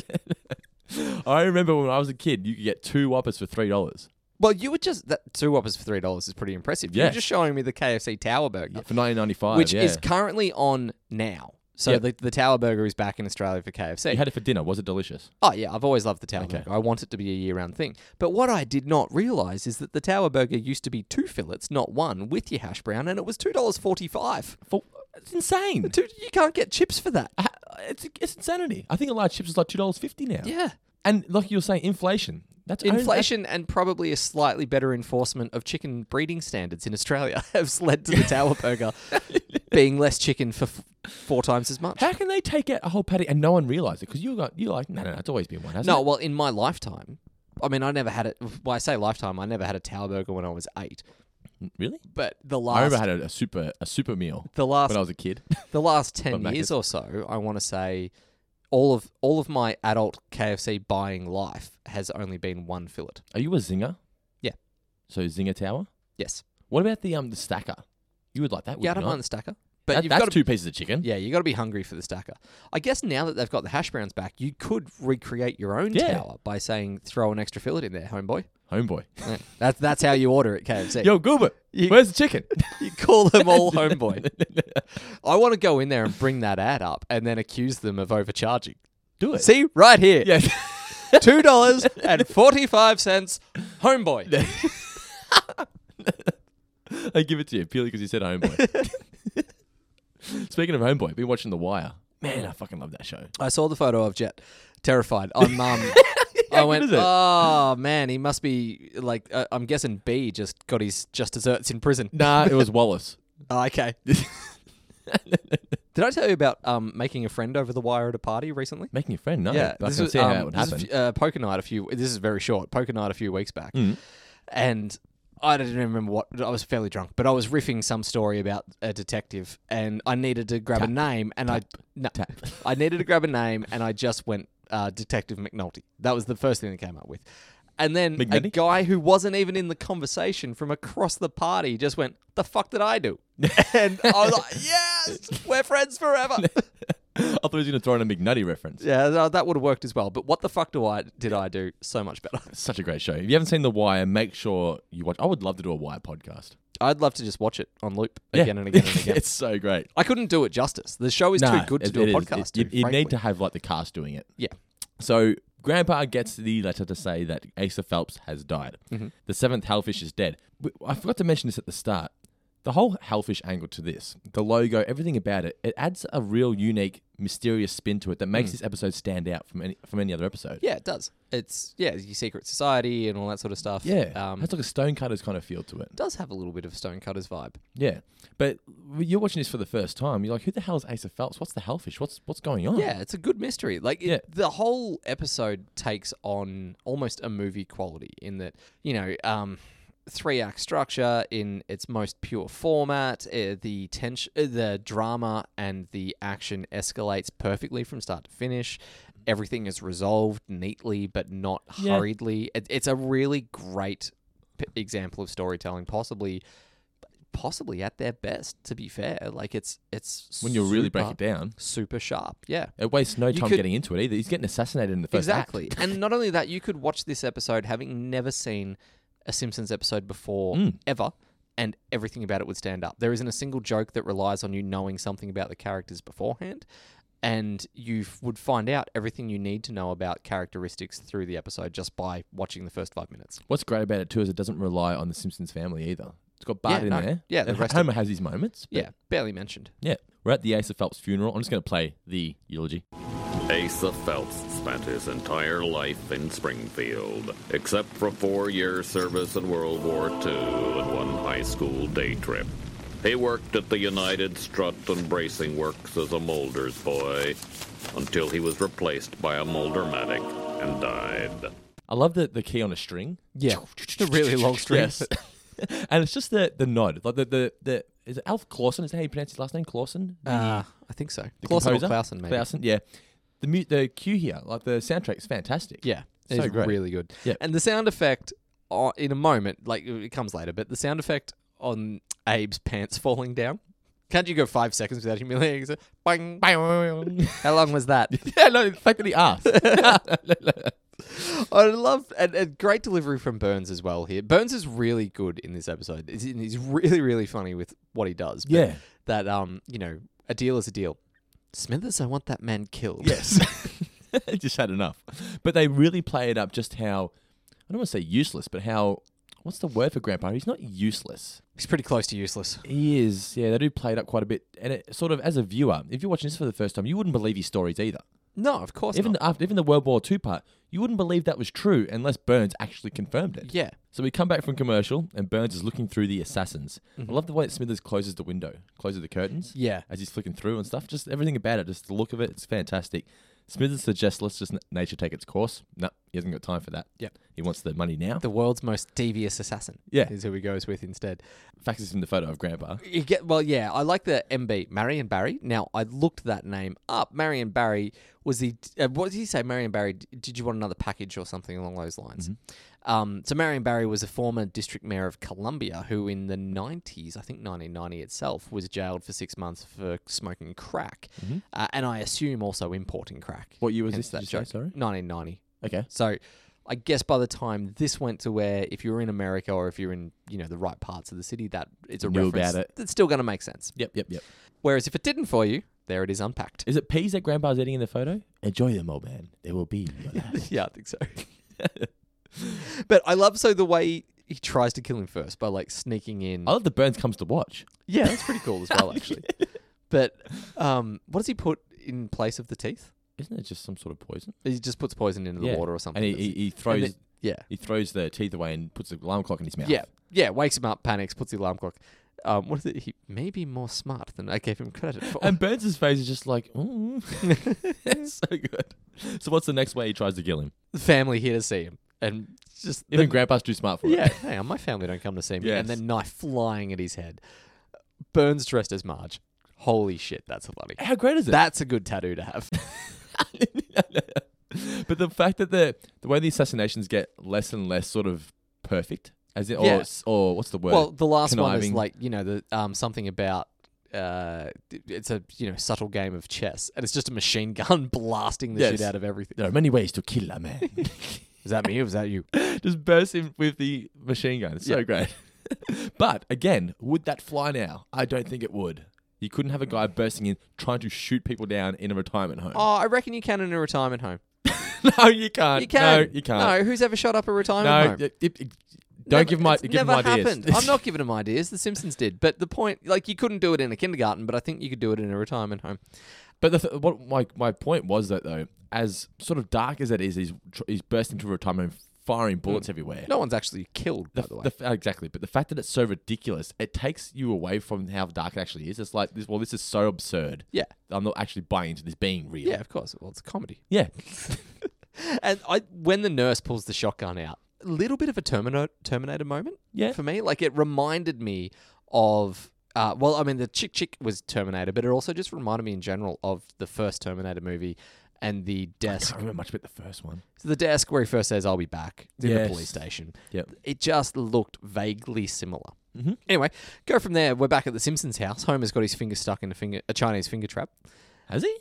Speaker 4: I remember when I was a kid, you could get two whoppers for three dollars
Speaker 5: well, you were just, that two whoppers for $3 is pretty impressive. You
Speaker 4: Yeah.
Speaker 5: were just showing me the KFC Tower Burger,
Speaker 4: uh, for 19.95,
Speaker 5: which
Speaker 4: Oh, yeah.
Speaker 5: is currently on now. So
Speaker 4: Yeah.
Speaker 5: the, the Tower Burger is back in Australia for KFC.
Speaker 4: you had it for dinner. Was it delicious?
Speaker 5: Oh yeah, I've always loved the Tower
Speaker 4: Okay.
Speaker 5: Burger. I want it to be a year-round thing. But what I did not realise is that the Tower Burger used to be two fillets, not one, with your hash brown, and it was two dollars forty-five.
Speaker 4: For, it's insane.
Speaker 5: Dude, you can't get chips for that.
Speaker 4: Uh, It's, it's insanity. I think a large chips is like two dollars fifty now.
Speaker 5: Yeah,
Speaker 4: and like you were saying, inflation. That's only-
Speaker 5: inflation and probably a slightly better enforcement of chicken breeding standards in Australia have led to the Tower Burger being less chicken for f- four times as much.
Speaker 4: How can they take out a whole patty and no one realize it? Because you got you like no, no, no, it's always been one. Hasn't
Speaker 5: No,
Speaker 4: it?
Speaker 5: well, in my lifetime, I mean, I never had it. Well, I say lifetime, I never had a Tower Burger when I was eight.
Speaker 4: really.
Speaker 5: But the
Speaker 4: I
Speaker 5: last,
Speaker 4: remember I had a, a super a super meal
Speaker 5: the last
Speaker 4: when I was a kid.
Speaker 5: the last 10
Speaker 4: But Mac
Speaker 5: years
Speaker 4: is-
Speaker 5: or so i want to say all of all of my adult kfc buying life has only been one fillet
Speaker 4: Are you a zinger?
Speaker 5: Yeah.
Speaker 4: So zinger tower.
Speaker 5: yes
Speaker 4: What about the um the stacker? You would like that? would
Speaker 5: yeah i
Speaker 4: you
Speaker 5: don't
Speaker 4: not?
Speaker 5: mind the stacker but
Speaker 4: That-
Speaker 5: you've
Speaker 4: that's
Speaker 5: got to
Speaker 4: two pieces of chicken.
Speaker 5: yeah you got to be hungry for the stacker i guess now that they've got the hash browns back you could recreate your own
Speaker 4: Yeah.
Speaker 5: tower by saying throw an extra fillet in there homeboy
Speaker 4: Homeboy.
Speaker 5: Yeah, that's that's how you order at kfc
Speaker 4: Yo, Goober, where's the chicken?
Speaker 5: you call them all homeboy i want to go in there and bring that ad up and then accuse them of overcharging
Speaker 4: Do it.
Speaker 5: see right here
Speaker 4: Yeah.
Speaker 5: two dollars and forty five cents. Homeboy.
Speaker 4: I give it to you purely because you said homeboy. Speaking of homeboy, been watching The Wire. Man, I fucking love that show.
Speaker 5: I saw the photo of Jet, terrified. I'm um,
Speaker 4: How
Speaker 5: I
Speaker 4: good
Speaker 5: went,
Speaker 4: is it?
Speaker 5: oh man, he must be like, uh, I'm guessing B just got his just desserts in prison.
Speaker 4: nah, it was Wallace.
Speaker 5: Oh, okay. Did I tell you about um, making a friend over the wire at a party recently?
Speaker 4: Making a friend, no. but I
Speaker 5: this
Speaker 4: can
Speaker 5: was,
Speaker 4: see how
Speaker 5: um,
Speaker 4: it would
Speaker 5: this is
Speaker 4: happen.
Speaker 5: f- uh, poker night a few. This is very short. Poker night a few weeks back,
Speaker 4: Mm.
Speaker 5: and I don't even remember what I was fairly drunk, but I was riffing some story about a detective, and I needed to grab a name, and I no, I needed to grab a name, and I just went uh, Detective McNulty. That was the first thing that came up with, and then a
Speaker 4: McNulty?
Speaker 5: guy who wasn't even in the conversation from across the party just went, "The fuck did I do?" and I was like, "Yes, we're friends forever."
Speaker 4: I thought he was going to throw in a McNutty reference.
Speaker 5: Yeah, tha- that would have worked as well. But what the fuck do I did I do so much better?
Speaker 4: Such a great show. If you haven't seen The Wire, make sure you watch. I would love to do a Wire podcast
Speaker 5: I'd love to just watch it on loop
Speaker 4: Yeah.
Speaker 5: again and again and again.
Speaker 4: it's so great.
Speaker 5: I couldn't do it justice. The show is
Speaker 4: No,
Speaker 5: too good to
Speaker 4: it-
Speaker 5: do a
Speaker 4: it is.
Speaker 5: podcast.
Speaker 4: It- you-
Speaker 5: to,
Speaker 4: you
Speaker 5: frankly.
Speaker 4: need to have like the cast doing it.
Speaker 5: Yeah.
Speaker 4: So Grandpa gets the letter to say that Asa Phelps has died.
Speaker 5: Mm-hmm.
Speaker 4: The seventh hellfish is dead. W- I forgot to mention this at the start. The whole hellfish angle to this, the logo, everything about it, it adds a real unique, mysterious spin to it that makes this episode stand out from any from any other episode.
Speaker 5: Mm. Yeah, it does. It's yeah, your secret society and all that sort of stuff.
Speaker 4: Yeah,
Speaker 5: um,
Speaker 4: it's like a stonecutters kind of feel to it.
Speaker 5: does have a little bit of Stonecutters vibe.
Speaker 4: Yeah, but you're watching this for the first time. You're like, who the hell is Asa Phelps? What's the hellfish? What's what's going on?
Speaker 5: Yeah, it's a good mystery. Like it,
Speaker 4: Yeah.
Speaker 5: the whole episode takes on almost a movie quality in that you know um, three act structure in its most pure format. Uh, the tension, uh, the drama, and the action escalates perfectly from start to finish. Everything is resolved neatly, but not
Speaker 4: Yeah.
Speaker 5: hurriedly. It, it's a really great p- example of storytelling, possibly. Possibly at their best. To be fair, like it's it's
Speaker 4: when you really break
Speaker 5: super-
Speaker 4: it down,
Speaker 5: super sharp. Yeah.
Speaker 4: it wastes no time
Speaker 5: could-
Speaker 4: getting into it either. He's getting assassinated in the first act.
Speaker 5: Exactly. and not only that, you could watch this episode having never seen a Simpsons episode before ever, and everything about it would stand up. There isn't a single joke that relies on you knowing something about the characters beforehand, and you f- would find out everything you need to know about characteristics through the episode just by watching the first five minutes.
Speaker 4: What's great about it too is it doesn't rely on the Simpsons family either. It's got Bart
Speaker 5: Yeah,
Speaker 4: in
Speaker 5: no.
Speaker 4: there.
Speaker 5: Yeah, the
Speaker 4: And
Speaker 5: rest of-
Speaker 4: Homer has his moments. but
Speaker 5: Yeah, barely mentioned.
Speaker 4: yeah. We're at the Ace of Phelps funeral. I'm just going to play the eulogy.
Speaker 6: Asa Phelps spent his entire life in Springfield, except for four years service in World War II and one high school day trip. He worked at the United Strut and Bracing Works as a molder's boy until he was replaced by a molder medic and died.
Speaker 4: I love the the key on a string.
Speaker 5: Yeah, the really long string.
Speaker 4: Yes. and it's just the the nod, like the the the is it Alf Clausen? Is that how you pronounce his last name? Clausen. The
Speaker 5: Uh, I think so. Clausen or
Speaker 4: composer?
Speaker 5: Clausen, maybe.
Speaker 4: Clausen, yeah. The mu- the cue here, like the soundtrack's fantastic.
Speaker 5: Yeah,
Speaker 4: So
Speaker 5: it's
Speaker 4: great.
Speaker 5: really good.
Speaker 4: Yeah.
Speaker 5: and the sound effect uh, in a moment, like it comes later, but the sound effect on Abe's pants falling down. Can't you go five seconds without humiliating? yourself? Bang, bang. How long was that?
Speaker 4: yeah, no, the fact that he asked.
Speaker 5: I love and, and great delivery from Burns as well here. Burns is really good in this episode. He's, he's really really funny with what he does. but
Speaker 4: Yeah.
Speaker 5: that um, you know, a deal is a deal. Smithers, I want that man killed.
Speaker 4: Yes. I just had enough. But they really play it up just how, I don't want to say useless, but how, what's the word for Grandpa? He's not useless.
Speaker 5: he's pretty close to useless.
Speaker 4: He is. Yeah, they do play it up quite a bit. And it sort of, as a viewer, if you're watching this for the first time, you wouldn't believe his stories either.
Speaker 5: No, of course
Speaker 4: even,
Speaker 5: not.
Speaker 4: the, after, even the World War II part, you wouldn't believe that was true unless Burns actually confirmed it.
Speaker 5: yeah,
Speaker 4: So we come back from commercial, and Burns is looking through the assassins. I love the way that Smithers closes the window, closes the curtains.
Speaker 5: Yeah.
Speaker 4: as he's flicking through and stuff. Just everything about it, just the look of it, it's fantastic. Smithers suggests let's just n- nature take its course. No, he hasn't got time for that.
Speaker 5: Yep.
Speaker 4: he wants the money now.
Speaker 5: the world's most devious assassin.
Speaker 4: Yeah.
Speaker 5: is who he goes with instead.
Speaker 4: Faxes him the photo of Grandpa.
Speaker 5: You get well, yeah. I like the MB Marion Barry. Now I looked that name up. Marion Barry was the uh, what did he say? Marion Barry. d- Did you want another package or something along those lines?
Speaker 4: Mm-hmm.
Speaker 5: Um, so Marion Barry was a former district mayor of Columbia who, in the nineties, I think nineteen ninety itself, was jailed for six months for smoking crack, uh, and I assume also importing crack.
Speaker 4: Mm-hmm. What year was
Speaker 5: Hence
Speaker 4: this? Did you say? Sorry.
Speaker 5: Nineteen ninety.
Speaker 4: Okay.
Speaker 5: So I guess by the time this went to where if you're in America or if you're in, you know, the right parts of the city, that it's a
Speaker 4: Knew
Speaker 5: reference
Speaker 4: about it.
Speaker 5: that's still going to make sense.
Speaker 4: Yep, yep, yep.
Speaker 5: Whereas if it didn't for you, there it is unpacked.
Speaker 4: Is it peas that Grandpa's eating in the photo? Enjoy them, old man. There will be. your last.
Speaker 5: yeah, I think so. but I love so the way he tries to kill him first by like sneaking in.
Speaker 4: I love the Burns comes to watch.
Speaker 5: Yeah, that's pretty cool as well actually. but um what does he put in place of the teeth?
Speaker 4: Isn't it just some sort of poison?
Speaker 5: He just puts poison into the water or something.
Speaker 4: And he,
Speaker 5: That's-
Speaker 4: he, he throws
Speaker 5: the- yeah.
Speaker 4: he throws the teeth away and puts the alarm clock in his mouth.
Speaker 5: Yeah, yeah. Wakes him up, panics, puts the alarm clock. Um, what is it? He may be more smart than I gave him credit for.
Speaker 4: And Burns' face is just like, ooh. it's so good. So what's the next way he tries to kill him?
Speaker 5: the family here to see him, and just
Speaker 4: Even
Speaker 5: the-
Speaker 4: Grandpa's too smart for
Speaker 5: yeah.
Speaker 4: it.
Speaker 5: Hey, my family don't come to see me,
Speaker 4: Yes.
Speaker 5: and then knife flying at his head. Burns dressed as Marge. Holy shit, that's funny.
Speaker 4: How great is it?
Speaker 5: That's a good tattoo to have.
Speaker 4: but the fact that the the way the assassinations get less and less sort of perfect, as in, or
Speaker 5: Yeah.
Speaker 4: s- or what's the word?
Speaker 5: well, the last one is
Speaker 4: Conniving.
Speaker 5: like you know the um something about. Uh, it's a you know subtle game of chess, and it's just a machine gun blasting the shit
Speaker 4: Yes.
Speaker 5: out of everything.
Speaker 4: there are many ways to kill a man.
Speaker 5: Is that me? or Was that you?
Speaker 4: just bursts in with the machine gun. It's so
Speaker 5: Yeah.
Speaker 4: great. but again, would that fly now? I don't think it would. You couldn't have a guy bursting in trying to shoot people down in a retirement home.
Speaker 5: Oh, I reckon you can in a retirement home.
Speaker 4: No, you can't.
Speaker 5: You can.
Speaker 4: No, you can't.
Speaker 5: Uh, No, who's ever shot up a retirement
Speaker 4: No,
Speaker 5: home?
Speaker 4: y- y- y- don't
Speaker 5: Never-
Speaker 4: give my
Speaker 5: it's
Speaker 4: give
Speaker 5: never
Speaker 4: him ideas.
Speaker 5: happened. I'm not giving them ideas. The Simpsons did, but the point, like, you couldn't do it in a kindergarten, but I think you could do it in a retirement home.
Speaker 4: But the th- what my my point was that though, as sort of dark as that is, he's tr- he's bursting through retirement, and firing bullets everywhere.
Speaker 5: Mm. No one's actually killed,
Speaker 4: The,
Speaker 5: by the way.
Speaker 4: the f- exactly, but the fact that it's so ridiculous, it takes you away from how dark it actually is. It's like this. Well, this is so absurd.
Speaker 5: yeah,
Speaker 4: I'm not actually buying into this being real.
Speaker 5: yeah, of course. Well, it's a comedy.
Speaker 4: yeah.
Speaker 5: And I, when the nurse pulls the shotgun out, a little bit of a Terminator, Terminator moment
Speaker 4: Yeah.
Speaker 5: for me. Like, it reminded me of. Uh, well, I mean, the chick chick was Terminator, but it also just reminded me in general of the first Terminator movie and the
Speaker 4: I
Speaker 5: desk
Speaker 4: don't remember much about the first one.
Speaker 5: So the desk where he first says, I'll be back in the
Speaker 4: Yes.
Speaker 5: police station.
Speaker 4: Yep.
Speaker 5: It just looked vaguely similar. Mm-hmm. Anyway, go from there. We're back at the Simpsons house. Homer's got his finger stuck in a finger, a Chinese finger trap.
Speaker 4: Has he?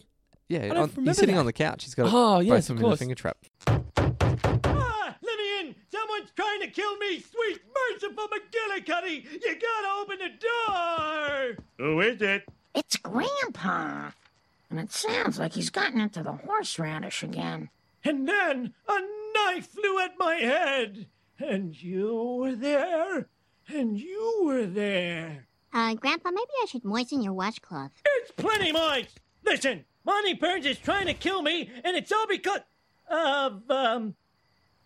Speaker 5: Yeah,
Speaker 4: don't
Speaker 5: on-
Speaker 4: remember
Speaker 5: he's sitting
Speaker 4: that.
Speaker 5: on the couch. He's got
Speaker 4: Oh,
Speaker 5: both
Speaker 4: yes,
Speaker 5: of them
Speaker 4: of
Speaker 5: in a
Speaker 4: course.
Speaker 5: finger trap.
Speaker 1: Ah, let me in! Someone's trying to kill me, sweet, merciful McGillicuddy! You gotta open the door! Who is it?
Speaker 7: It's Grandpa. And it sounds like he's gotten into the horseradish again.
Speaker 1: And then a knife flew at my head! And you were there, and you were there.
Speaker 8: Uh, Grandpa, maybe I should moisten your washcloth.
Speaker 1: It's plenty moist! Listen, Monty Burns is trying to kill me, and it's all because of, um,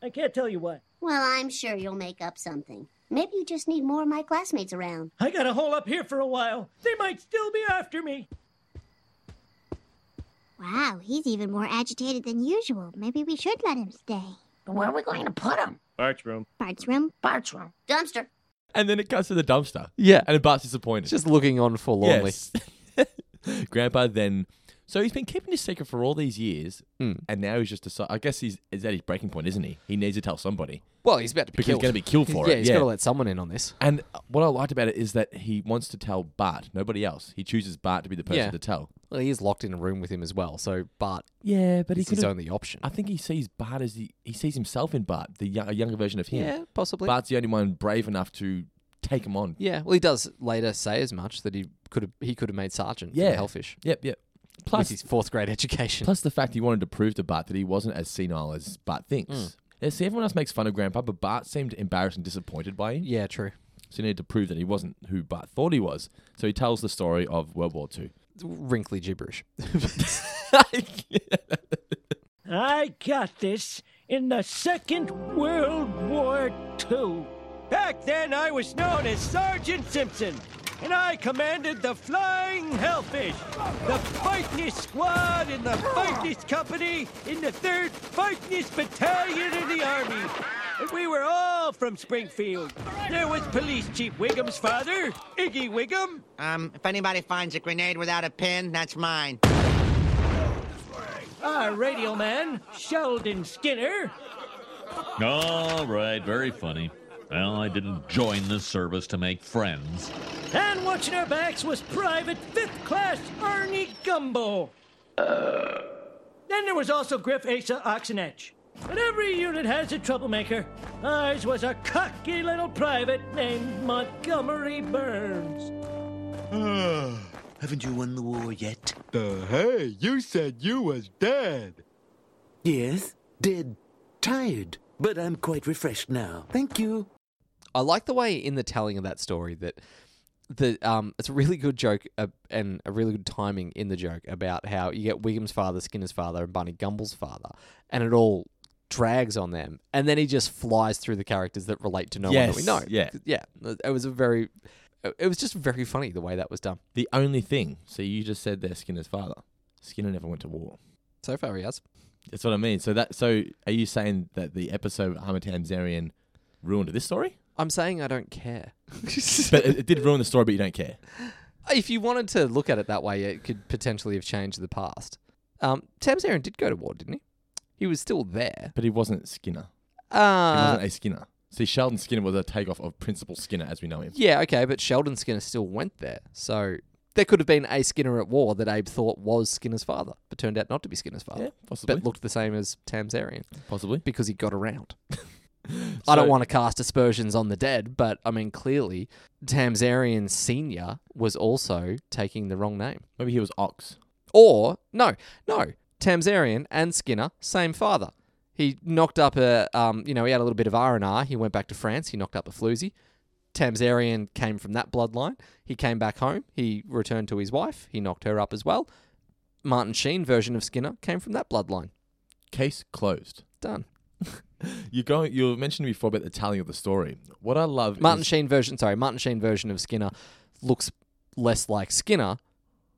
Speaker 1: I can't tell you what.
Speaker 8: Well, I'm sure you'll make up something. Maybe you just need more of my classmates around.
Speaker 1: I gotta hole up here for a while. They might still be after me.
Speaker 8: Wow, he's even more agitated than usual. Maybe we should let him stay.
Speaker 7: But where are we going to put him?
Speaker 1: Arch room.
Speaker 8: Bart's room,
Speaker 7: Bart's room.
Speaker 8: dumpster.
Speaker 4: And then it cuts to the dumpster.
Speaker 5: Yeah.
Speaker 4: And Bart's disappointed.
Speaker 5: Just looking on forlornly.
Speaker 4: Yes. Grandpa then. So he's been keeping this secret for all these years, and now he's just decided. I guess he's is at his breaking point, isn't he? He needs to tell somebody.
Speaker 5: Well, he's about to be
Speaker 4: Because he's
Speaker 5: killed.
Speaker 4: gonna be killed for
Speaker 5: yeah,
Speaker 4: it,
Speaker 5: he's
Speaker 4: yeah.
Speaker 5: got to let someone in on this.
Speaker 4: And what I liked about it is that he wants to tell Bart, nobody else. He chooses Bart to be the person
Speaker 5: Yeah.
Speaker 4: to tell.
Speaker 5: Well, he is locked in a room with him as well, so Bart
Speaker 4: Yeah, but
Speaker 5: is his only option.
Speaker 4: I think he sees Bart as the he sees himself in Bart, the young, a younger version of him.
Speaker 5: yeah, possibly.
Speaker 4: Bart's the only one brave enough to take him on.
Speaker 5: yeah, well, he does later say as much that he could have he could have made sergeant. for
Speaker 4: Yeah.
Speaker 5: Hellfish.
Speaker 4: Yep, yep. Plus,
Speaker 5: Plus his fourth grade education.
Speaker 4: plus the fact he wanted to prove to Bart that he wasn't as senile as Bart thinks. Yeah, see, everyone else makes fun of Grandpa, but Bart seemed embarrassed and disappointed by him.
Speaker 5: yeah, true.
Speaker 4: So he needed to prove that he wasn't who Bart thought he was. So he tells the story of World War II.
Speaker 5: wrinkly gibberish.
Speaker 1: I got this in the Second World War II. Back then, I was known as Sergeant Simpson, and I commanded the Flying Hellfish, the Fightiness Squad in the Fightiness Company in the 3rd Fightiness Battalion in the Army. And we were all from Springfield. There was Police Chief Wiggum's father, Iggy Wiggum,
Speaker 9: Um, if anybody finds a grenade without a pin, that's mine.
Speaker 1: our radio man, Sheldon Skinner,
Speaker 6: All right, very funny. Well, I didn't join this service to make friends.
Speaker 1: And watching our backs was Private Fifth Class Ernie Gumbo. Then there was also Griff Asa Oxenetch. But every unit has a troublemaker. Ours was a cocky little private named Montgomery Burns.
Speaker 10: Haven't you won the war yet?
Speaker 11: The hey, you said you was dead.
Speaker 10: Yes, dead tired, but I'm quite refreshed now. Thank you.
Speaker 5: I like the way in the telling of that story that the um, it's a really good joke uh, and a really good timing in the joke about how you get Wiggum's father, Skinner's father, and Barney Gumble's father, and it all drags on them, and then he just flies through the characters that relate to no one
Speaker 4: Yes,
Speaker 5: that we know.
Speaker 4: yeah.
Speaker 5: yeah. It was a very, it was just very funny the way that was done.
Speaker 4: The only thing, so you just said they're Skinner's father. Skinner never went to war.
Speaker 5: So far, he has.
Speaker 4: That's what I mean. So that so are you saying that the episode of Ahmed Hamzarian ruined this story?
Speaker 5: I'm saying I don't care.
Speaker 4: but it, it did ruin the story, but you don't care.
Speaker 5: If you wanted to look at it that way, it could potentially have changed the past. Um, Sam Aaron did go to war, didn't he? He was still there.
Speaker 4: But he wasn't Skinner. he
Speaker 5: Uh,
Speaker 4: wasn't a Skinner. See, Sheldon Skinner was a takeoff of Principal Skinner as we know him.
Speaker 5: Yeah, okay, but Sheldon Skinner still went there. So there could have been a Skinner at war that Abe thought was Skinner's father, but turned out not to be Skinner's father.
Speaker 4: Yeah, possibly.
Speaker 5: But looked the same as Tamsarian
Speaker 4: Possibly.
Speaker 5: because he got around. I don't want to cast aspersions on the dead, but I mean, clearly, Tamsarian Sr. was also taking the wrong name.
Speaker 4: Maybe he was Ox.
Speaker 5: Or, no, no, Tamsarian and Skinner, same father. He knocked up a, um, you know, he had a little bit of R&R. He went back to France. He knocked up a floozy. Tamsarian came from that bloodline. He came back home. He returned to his wife. He knocked her up as well. Martin Sheen version of Skinner came from that bloodline.
Speaker 4: Case closed.
Speaker 5: Done.
Speaker 4: You go. You mentioned before about the telling of the story. What I love,
Speaker 5: Martin
Speaker 4: is,
Speaker 5: Sheen version, sorry, Martin Sheen version of Skinner looks less like Skinner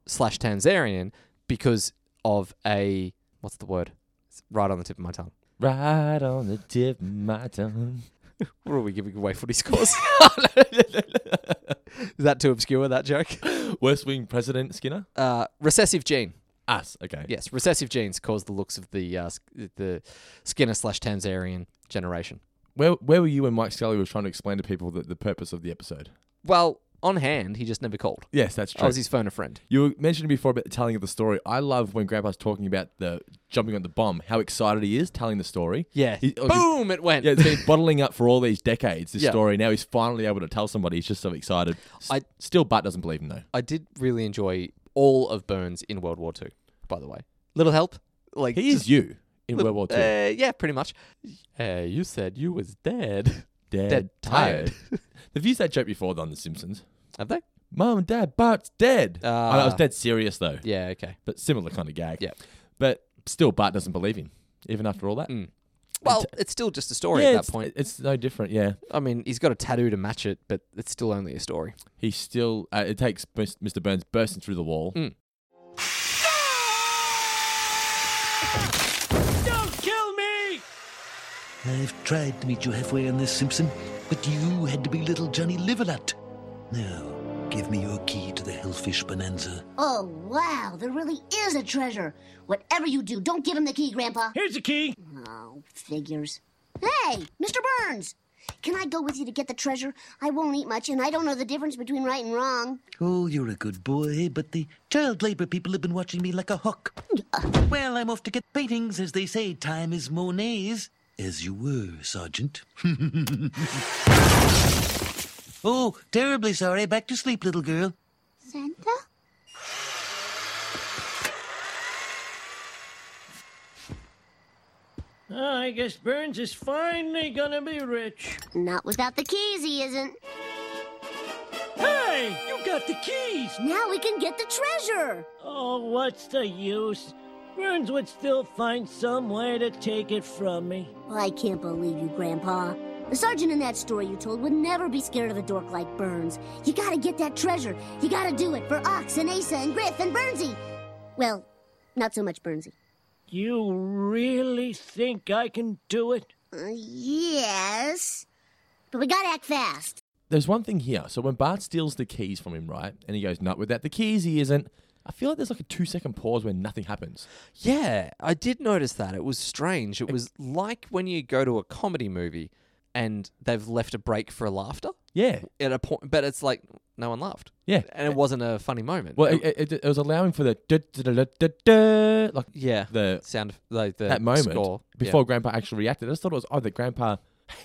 Speaker 5: slash Tanzarian because of a, what's the word? It's right on the tip of my tongue.
Speaker 4: right on the tip of my tongue.
Speaker 5: What are we giving away footy scores? Is that too obscure, that joke?
Speaker 4: West Wing President Skinner.
Speaker 5: Uh, recessive gene.
Speaker 4: Us. Okay.
Speaker 5: Yes, recessive genes cause the looks of the uh, sk- the Skinner slash Tanzarian generation.
Speaker 4: Where Where were you when Mike Scully was trying to explain to people the, the purpose of the episode?
Speaker 5: Well, on hand, he just never called.
Speaker 4: Yes, that's
Speaker 5: I
Speaker 4: true.
Speaker 5: was his phone a friend.
Speaker 4: You were mentioning before about the telling of the story. I love when Grandpa's talking about the jumping on the bomb, how excited he is telling the story.
Speaker 5: Yeah.
Speaker 4: Oh, He- like,
Speaker 5: Boom! It went.
Speaker 4: Yeah, it's been bottling up for all these decades, this
Speaker 5: Yeah.
Speaker 4: story. Now he's finally able to tell somebody. He's just so excited. S-
Speaker 5: I-
Speaker 4: Still, Bart doesn't believe him, though.
Speaker 5: I did really enjoy all of Burns in World War Two. By the way, little help. Like
Speaker 4: He is
Speaker 5: just
Speaker 4: you in
Speaker 5: little-
Speaker 4: World War Two.
Speaker 5: Uh, yeah, pretty much. Uh, you said you was dead.
Speaker 4: dead,
Speaker 5: tired.
Speaker 4: They've used that joke before though, on The Simpsons.
Speaker 5: Have they?
Speaker 4: Mom and Dad, Bart's dead. I, I was
Speaker 5: Ah.
Speaker 4: dead serious, though.
Speaker 5: Yeah. Okay.
Speaker 4: But similar kind of gag.
Speaker 5: Yeah.
Speaker 4: But still, Bart doesn't believe him, even after all that.
Speaker 5: Mm. Well, it's still just a story
Speaker 4: yeah,
Speaker 5: at
Speaker 4: it's-
Speaker 5: that point.
Speaker 4: It's no different, yeah.
Speaker 5: I mean, he's got a tattoo to match it, but it's still only a story.
Speaker 4: He still, uh, it takes Bus- Mr. Burns bursting through the wall.
Speaker 5: Mm.
Speaker 1: Don't kill me!
Speaker 10: I've tried to meet you halfway on this, Simpson, but you had to be little Johnny Liverlut. Now, give me your key to the Hellfish Bonanza.
Speaker 8: Oh, wow, there really is a treasure. Whatever you do, don't give him the key, Grandpa.
Speaker 1: Here's the key.
Speaker 8: Oh, figures. Hey, Mr. Burns! Can I go with you to get the treasure? I won't eat much, and I don't know the difference between right and wrong.
Speaker 10: Oh, you're a good boy, but the child labor people have been watching me like a hawk. Well, I'm off to get paintings, as they say, time is Monet's. As you were, Sergeant. oh, terribly sorry. Back to sleep, little girl.
Speaker 8: Santa?
Speaker 1: I guess Burns is finally gonna be rich.
Speaker 8: Not without the keys, he isn't.
Speaker 1: Hey, you got the keys!
Speaker 8: Now we can get the treasure!
Speaker 1: Oh, what's the use? Burns would still find some way to take it from me.
Speaker 8: Well, Oh, I can't believe you, Grandpa. The sergeant in that story you told would never be scared of a dork like Burns. You gotta get that treasure. You gotta do it for Ox and Asa and Griff and Burnsy. Well, not so much Burnsy.
Speaker 1: You really think I can do it?
Speaker 8: Uh, yes. But we gotta act fast.
Speaker 4: There's one thing here. So when Bart steals the keys from him, right, and he goes, "Not without the keys, he isn't." I feel like there's like a two second pause where nothing happens.
Speaker 5: Yeah, I did notice that. It was strange. It was like when you go to a comedy movie and they've left a break for laughter
Speaker 4: Yeah,
Speaker 5: at a point, but it's like no one laughed.
Speaker 4: yeah.
Speaker 5: And it wasn't a funny moment.
Speaker 4: Well, it, it, it was allowing for the duh, duh, duh, duh, duh, duh, like
Speaker 5: yeah,
Speaker 4: the
Speaker 5: sound of like the
Speaker 4: that moment
Speaker 5: score Yeah.
Speaker 4: before Grandpa actually reacted. I just thought it was odd that Grandpa,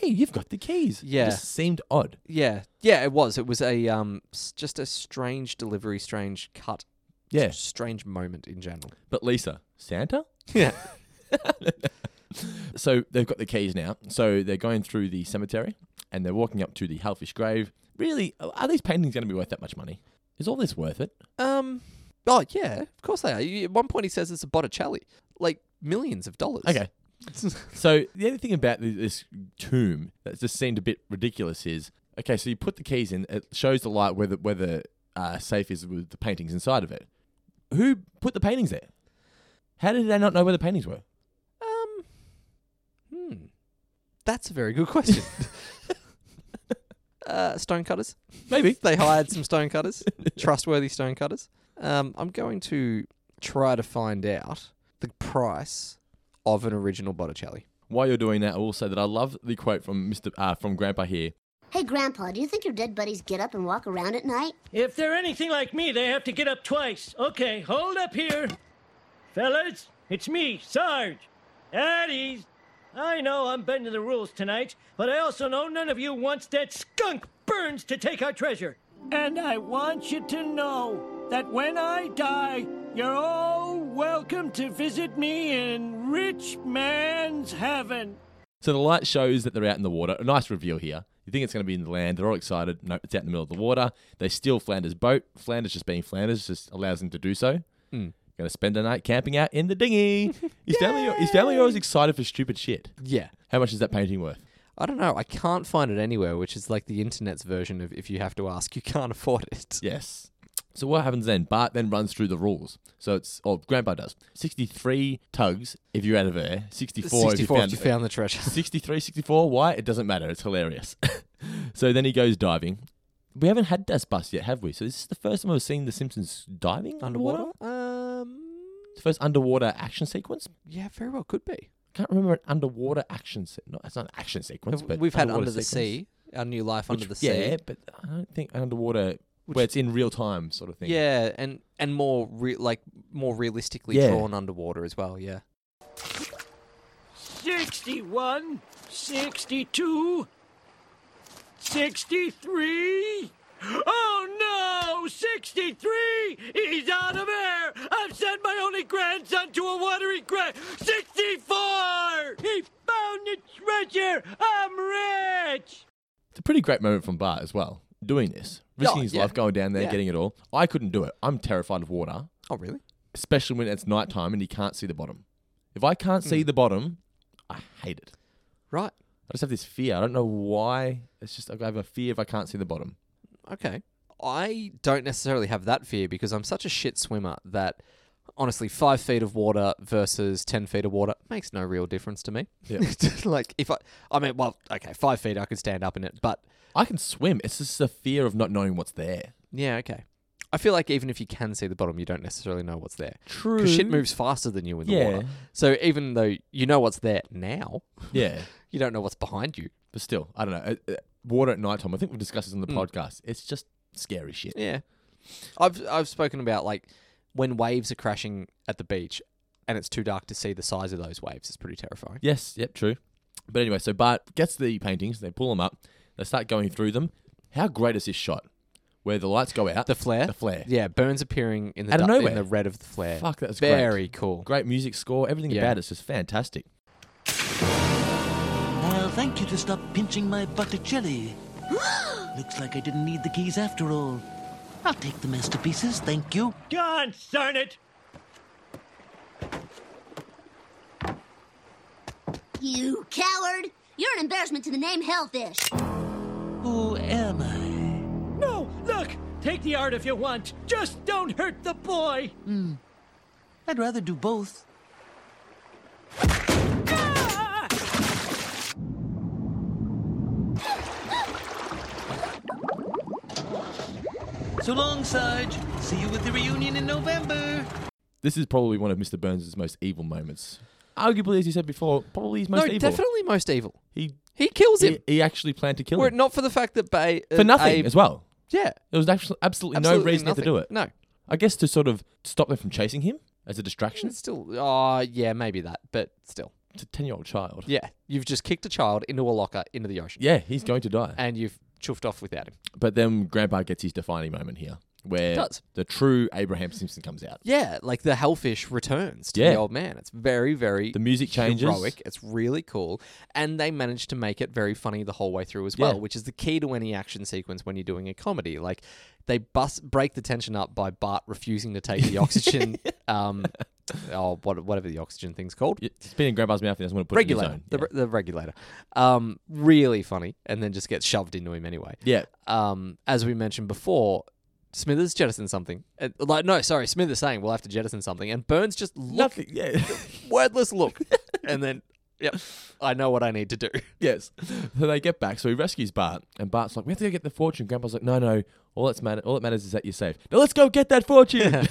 Speaker 4: hey, you've got the keys.
Speaker 5: Yeah.
Speaker 4: it just seemed odd.
Speaker 5: Yeah, yeah, it was. It was a um, s- just a strange delivery, strange cut,
Speaker 4: Yeah,
Speaker 5: s- strange moment in general.
Speaker 4: but Lisa, Santa.
Speaker 5: Yeah,
Speaker 4: So they've got the keys now. So they're going through the cemetery and they're walking up to the Hellfish grave. really, are these paintings going to be worth that much money? Is all this worth it?
Speaker 5: Um, oh yeah, of course they are. You- At one point, he says it's a Botticelli, like millions of dollars.
Speaker 4: Okay. so the only thing about th- this tomb that just seemed a bit ridiculous is okay. So you put the keys in. It shows the light where the where the uh, safe is with the paintings inside of it. Who put the paintings there? How did they not know where the paintings were?
Speaker 5: Um, hmm, that's a very good question. uh, stonecutters,
Speaker 4: maybe
Speaker 5: they hired some stonecutters, trustworthy stonecutters. Um, I'm going to try to find out the price of an original Botticelli.
Speaker 4: While you're doing that, I will say that I love the quote from Mister uh, from Grandpa here.
Speaker 8: Hey, Grandpa, do you think your dead buddies get up and walk around at night?
Speaker 1: If they're anything like me, they have to get up twice. Okay, hold up here. Fellas, it's me, Sarge. At ease. I know I'm bending the rules tonight, but I also know none of you wants that skunk burns to take our treasure. And I want you to know that when I die, you're all welcome to visit me in rich man's heaven.
Speaker 4: So the light shows that they're out in the water. A nice reveal here. You think it's going to be in the land. They're all excited. No, it's out in the middle of the water. They steal Flanders' boat. Flanders, just being Flanders, just allows them to do so.
Speaker 5: Mm.
Speaker 4: Going to spend the night camping out in the dinghy. his family, his family are always excited for stupid shit.
Speaker 5: Yeah.
Speaker 4: How much is that painting worth?
Speaker 5: I don't know. I can't find it anywhere, which is like the internet's version of if you have to ask, you can't afford it.
Speaker 4: Yes. So what happens then? Bart then runs through the rules. So it's or Grandpa does. Sixty-three tugs if you're out of air. Sixty-four, if you
Speaker 5: 64
Speaker 4: found,
Speaker 5: if you found the treasure.
Speaker 4: 63, 64, why? It doesn't matter. It's hilarious. so then he goes diving. We haven't had Das Bus yet, have we? So this is the first time I've seen The Simpsons diving underwater.
Speaker 5: Um,
Speaker 4: The first underwater action sequence.
Speaker 5: yeah, very well could be.
Speaker 4: Can't remember an underwater action. Se- no, it's not an action sequence, but
Speaker 5: We've had
Speaker 4: underwater
Speaker 5: Under the
Speaker 4: sequence.
Speaker 5: Sea, our new life under
Speaker 4: Which-
Speaker 5: the sea.
Speaker 4: Yeah, but I don't think underwater where it's in real time sort of thing.
Speaker 5: Yeah, and and more re- like more realistically
Speaker 4: Yeah.
Speaker 5: drawn underwater as well. Yeah.
Speaker 1: 61, 62, 63. Oh no! 63! He's out of air! I've sent my only grandson to a watery grave! 64! He found the treasure! I'm rich!
Speaker 4: It's a pretty great moment from Bart as well, doing this, risking
Speaker 5: Oh,
Speaker 4: his
Speaker 5: yeah.
Speaker 4: life, going down there,
Speaker 5: Yeah.
Speaker 4: getting it all. I couldn't do it. I'm terrified of water.
Speaker 5: Oh really?
Speaker 4: especially when it's nighttime and you can't see the bottom. If I can't see
Speaker 5: Hmm.
Speaker 4: the bottom, I hate it.
Speaker 5: Right.
Speaker 4: I just have this fear. I don't know why. It's just I have a fear if I can't see the bottom.
Speaker 5: Okay. I don't necessarily have that fear because I'm such a shit swimmer that honestly, five feet of water versus ten feet of water makes no real difference to me.
Speaker 4: Yeah.
Speaker 5: like if I, I mean, well, okay, five feet I could stand up in it, but
Speaker 4: I can swim. It's just the fear of not knowing what's there.
Speaker 5: yeah, okay. I feel like even if you can see the bottom, you don't necessarily know what's there.
Speaker 4: True.
Speaker 5: Because shit moves faster than you in the water.
Speaker 4: Yeah.
Speaker 5: So even though you know what's there now,
Speaker 4: Yeah,
Speaker 5: you don't know what's behind you.
Speaker 4: but still, I don't know. Uh, uh, Water at nighttime. I think we've discussed this on the
Speaker 5: Hmm.
Speaker 4: podcast. It's just scary shit.
Speaker 5: Yeah. I've I've spoken about like when waves are crashing at the beach and it's too dark to see the size of those waves. It's pretty terrifying.
Speaker 4: Yes, yep, true. But anyway, so Bart gets the paintings. They pull them up. They start going through them. How great is this shot? Where the lights go out.
Speaker 5: The flare?
Speaker 4: The flare.
Speaker 5: Yeah, burns appearing in the
Speaker 4: Out of
Speaker 5: du-
Speaker 4: nowhere.
Speaker 5: in the red of the flare.
Speaker 4: Fuck, that's great.
Speaker 5: very cool.
Speaker 4: Great music score. Everything
Speaker 5: Yeah.
Speaker 4: about it's just fantastic.
Speaker 10: I'll thank you to stop pinching my Botticelli. Looks like I didn't need the keys after all. I'll take the masterpieces, thank you.
Speaker 1: Gone, darn it!
Speaker 8: You coward! You're an embarrassment to the name Hellfish.
Speaker 10: Who am I?
Speaker 1: No, look! Take the art if you want. Just don't hurt the boy!
Speaker 10: I'd rather do both.
Speaker 1: Ah!
Speaker 10: So long, Sarge. See you at the reunion in November.
Speaker 4: This is probably one of Mr. Burns' most evil moments. Arguably, as you said before, probably his
Speaker 5: No,
Speaker 4: most evil.
Speaker 5: definitely most evil.
Speaker 4: He,
Speaker 5: He kills him.
Speaker 4: he he actually planned to kill
Speaker 5: Were it
Speaker 4: him
Speaker 5: not for the fact that Bay
Speaker 4: for nothing as well.
Speaker 5: Yeah.
Speaker 4: There was actually absolutely, no
Speaker 5: absolutely
Speaker 4: reason
Speaker 5: nothing.
Speaker 4: to do it.
Speaker 5: No.
Speaker 4: I guess to sort of stop them from chasing him as a distraction.
Speaker 5: It's still oh yeah, maybe that, but still.
Speaker 4: It's a ten-year-old child.
Speaker 5: Yeah. You've just kicked a child into a locker into the ocean.
Speaker 4: Yeah, he's going to die.
Speaker 5: And you've chuffed off without him.
Speaker 4: But then Grandpa gets his defining moment here, where
Speaker 5: does.
Speaker 4: the true Abraham Simpson comes out.
Speaker 5: Yeah, like the hellfish returns to
Speaker 4: Yeah.
Speaker 5: the old man. It's very, very the
Speaker 4: music changes.
Speaker 5: Heroic. It's really cool, and they managed to make it very funny the whole way through as well,
Speaker 4: Yeah.
Speaker 5: which is the key to any action sequence when you're doing a comedy. Like they bust break the tension up by Bart refusing to take the oxygen. um, oh, what, whatever the oxygen thing's called.
Speaker 4: It's been in Grandpa's mouth. He doesn't want to put it in
Speaker 5: regulator,
Speaker 4: his own.
Speaker 5: the, the regulator, um, really funny, and then just gets shoved into him anyway.
Speaker 4: Yeah.
Speaker 5: Um, as we mentioned before, Smithers jettisons something. Uh, like, no, sorry, Smithers saying we'll have to jettison something, and Burns just look,
Speaker 4: Nothing. Yeah.
Speaker 5: wordless look, and then, yep, I know what I need to do.
Speaker 4: Yes. So they get back. So he rescues Bart, and Bart's like, "We have to go get the fortune." Grandpa's like, "No, no. All that's matter. All that matters is that you're safe. Now let's go get that fortune."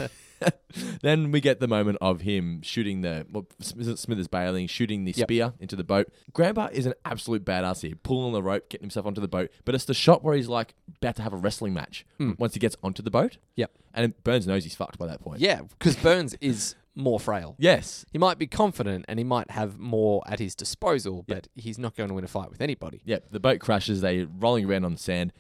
Speaker 4: then we get the moment of him shooting the well, Smith- Smithers bailing, shooting the
Speaker 5: Yep.
Speaker 4: spear into the boat. Grandpa is an absolute badass here, pulling the rope, getting himself onto the boat. But it's the shot where he's like about to have a wrestling match once he gets onto the boat.
Speaker 5: Hmm. Yep.
Speaker 4: And Burns knows he's fucked by that point.
Speaker 5: Yeah, because Burns is more frail.
Speaker 4: Yes.
Speaker 5: He might be confident and he might have more at his disposal, but he's not going to win a fight with anybody.
Speaker 4: Yep. The boat crashes. They rolling around on the sand.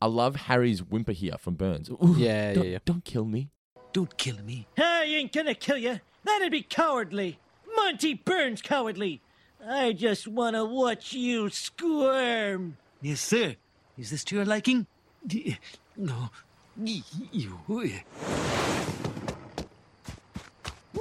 Speaker 4: I love Harry's whimper here from Burns. Ooh,
Speaker 5: Yeah,
Speaker 4: don't-
Speaker 5: yeah, yeah.
Speaker 4: Don't kill me.
Speaker 10: Don't kill me.
Speaker 1: I ain't gonna kill you. That'd be cowardly. Monty Burns cowardly. I just wanna watch you squirm.
Speaker 10: Yes, sir. Is this to your liking? D- No. Y- y- You.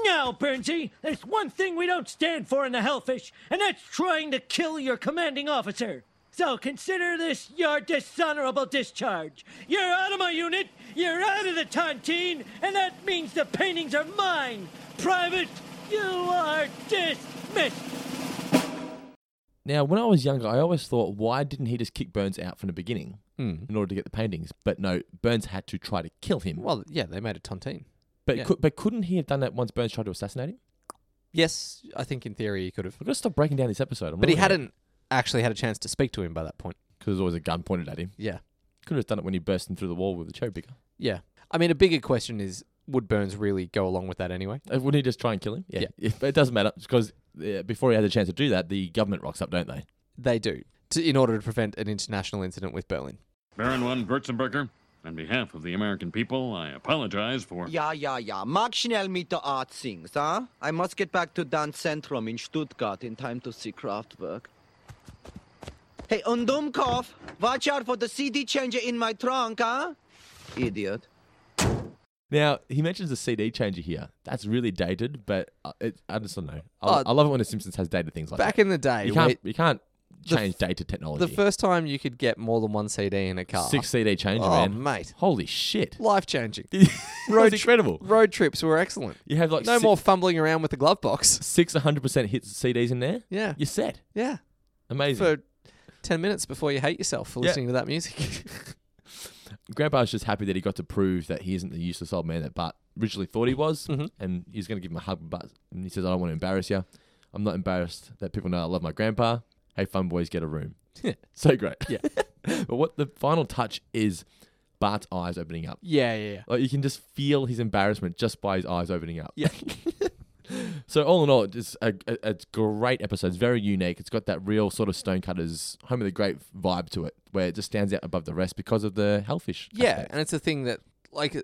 Speaker 1: Now, Burnsy, there's one thing we don't stand for in the Hellfish, and that's trying to kill your commanding officer. So consider this your dishonorable discharge. You're out of my unit, you're out of the tontine, and that means the paintings are mine. Private, you are dismissed.
Speaker 4: Now, when I was younger, I always thought, why didn't he just kick Burns out from the beginning
Speaker 5: Hmm.
Speaker 4: in order to get the paintings? But no, Burns had to try to kill him.
Speaker 5: Well, yeah, they made a tontine.
Speaker 4: but
Speaker 5: yeah.
Speaker 4: could, but couldn't he have done that once Burns tried to assassinate him?
Speaker 5: Yes, I think in theory he could have.
Speaker 4: I've got to stop breaking down this episode. I'm
Speaker 5: But he hadn't actually had a chance to speak to him by that point.
Speaker 4: because there's always a gun pointed at him.
Speaker 5: Yeah.
Speaker 4: Could have done it when he burst in through the wall with the cherry picker.
Speaker 5: Yeah. I mean, a bigger question is would Burns really go along with that anyway?
Speaker 4: Uh, Wouldn't he just try and kill him?
Speaker 5: Yeah.
Speaker 4: If- but it doesn't matter because uh, before he had the chance to do that, the government rocks up, don't they?
Speaker 5: They do, to, in order to prevent an international incident with Berlin.
Speaker 12: Baron von Würzenberger, on behalf of the American people, I apologize for.
Speaker 13: Ja, ja, ja. Mag schnell mit der Art things, huh? I must get back to Danzentrum in Stuttgart in time to see Kraftwerk. Hey, Undumkopf, watch out for the CD changer in my trunk, huh? Idiot.
Speaker 4: Now he mentions the CD changer here. That's really dated, but uh, it, I just don't know. I,
Speaker 5: Oh,
Speaker 4: I love it when the Simpsons has dated things like
Speaker 5: back
Speaker 4: that.
Speaker 5: in the day,
Speaker 4: you can't
Speaker 5: we-
Speaker 4: you can't
Speaker 5: the f-
Speaker 4: change dated technology.
Speaker 5: The first time you could get more than one CD in a car.
Speaker 4: Six CD changer,
Speaker 5: oh,
Speaker 4: man.
Speaker 5: mate.
Speaker 4: Holy shit.
Speaker 5: Life changing.
Speaker 4: Road incredible.
Speaker 5: road trips were excellent.
Speaker 4: You have like
Speaker 5: no
Speaker 4: si-
Speaker 5: more fumbling around with the glove box.
Speaker 4: Six 100% hits CDs in there.
Speaker 5: Yeah.
Speaker 4: You're set.
Speaker 5: Yeah.
Speaker 4: Amazing.
Speaker 5: For 10 minutes before you hate yourself for
Speaker 4: Yeah.
Speaker 5: listening to that music.
Speaker 4: Grandpa's just happy that he got to prove that he isn't the useless old man that Bart originally thought he was. And he's going to give him a hug, but and he says, I don't want to embarrass you. I'm not embarrassed that people know I love my grandpa. Hey, fun boys, get a room. so great. Yeah. but what the final touch is Bart's eyes opening up.
Speaker 5: yeah, yeah, yeah.
Speaker 4: Like you can just feel his embarrassment just by his eyes opening up.
Speaker 5: Yeah.
Speaker 4: so all in all, it's a, a, a great episode. It's very unique. It's got that real sort of Stonecutters Home of the Great vibe to it, where it just stands out above the rest because of the hellfish.
Speaker 5: Yeah,
Speaker 4: aspect.
Speaker 5: and it's a thing that, like, uh,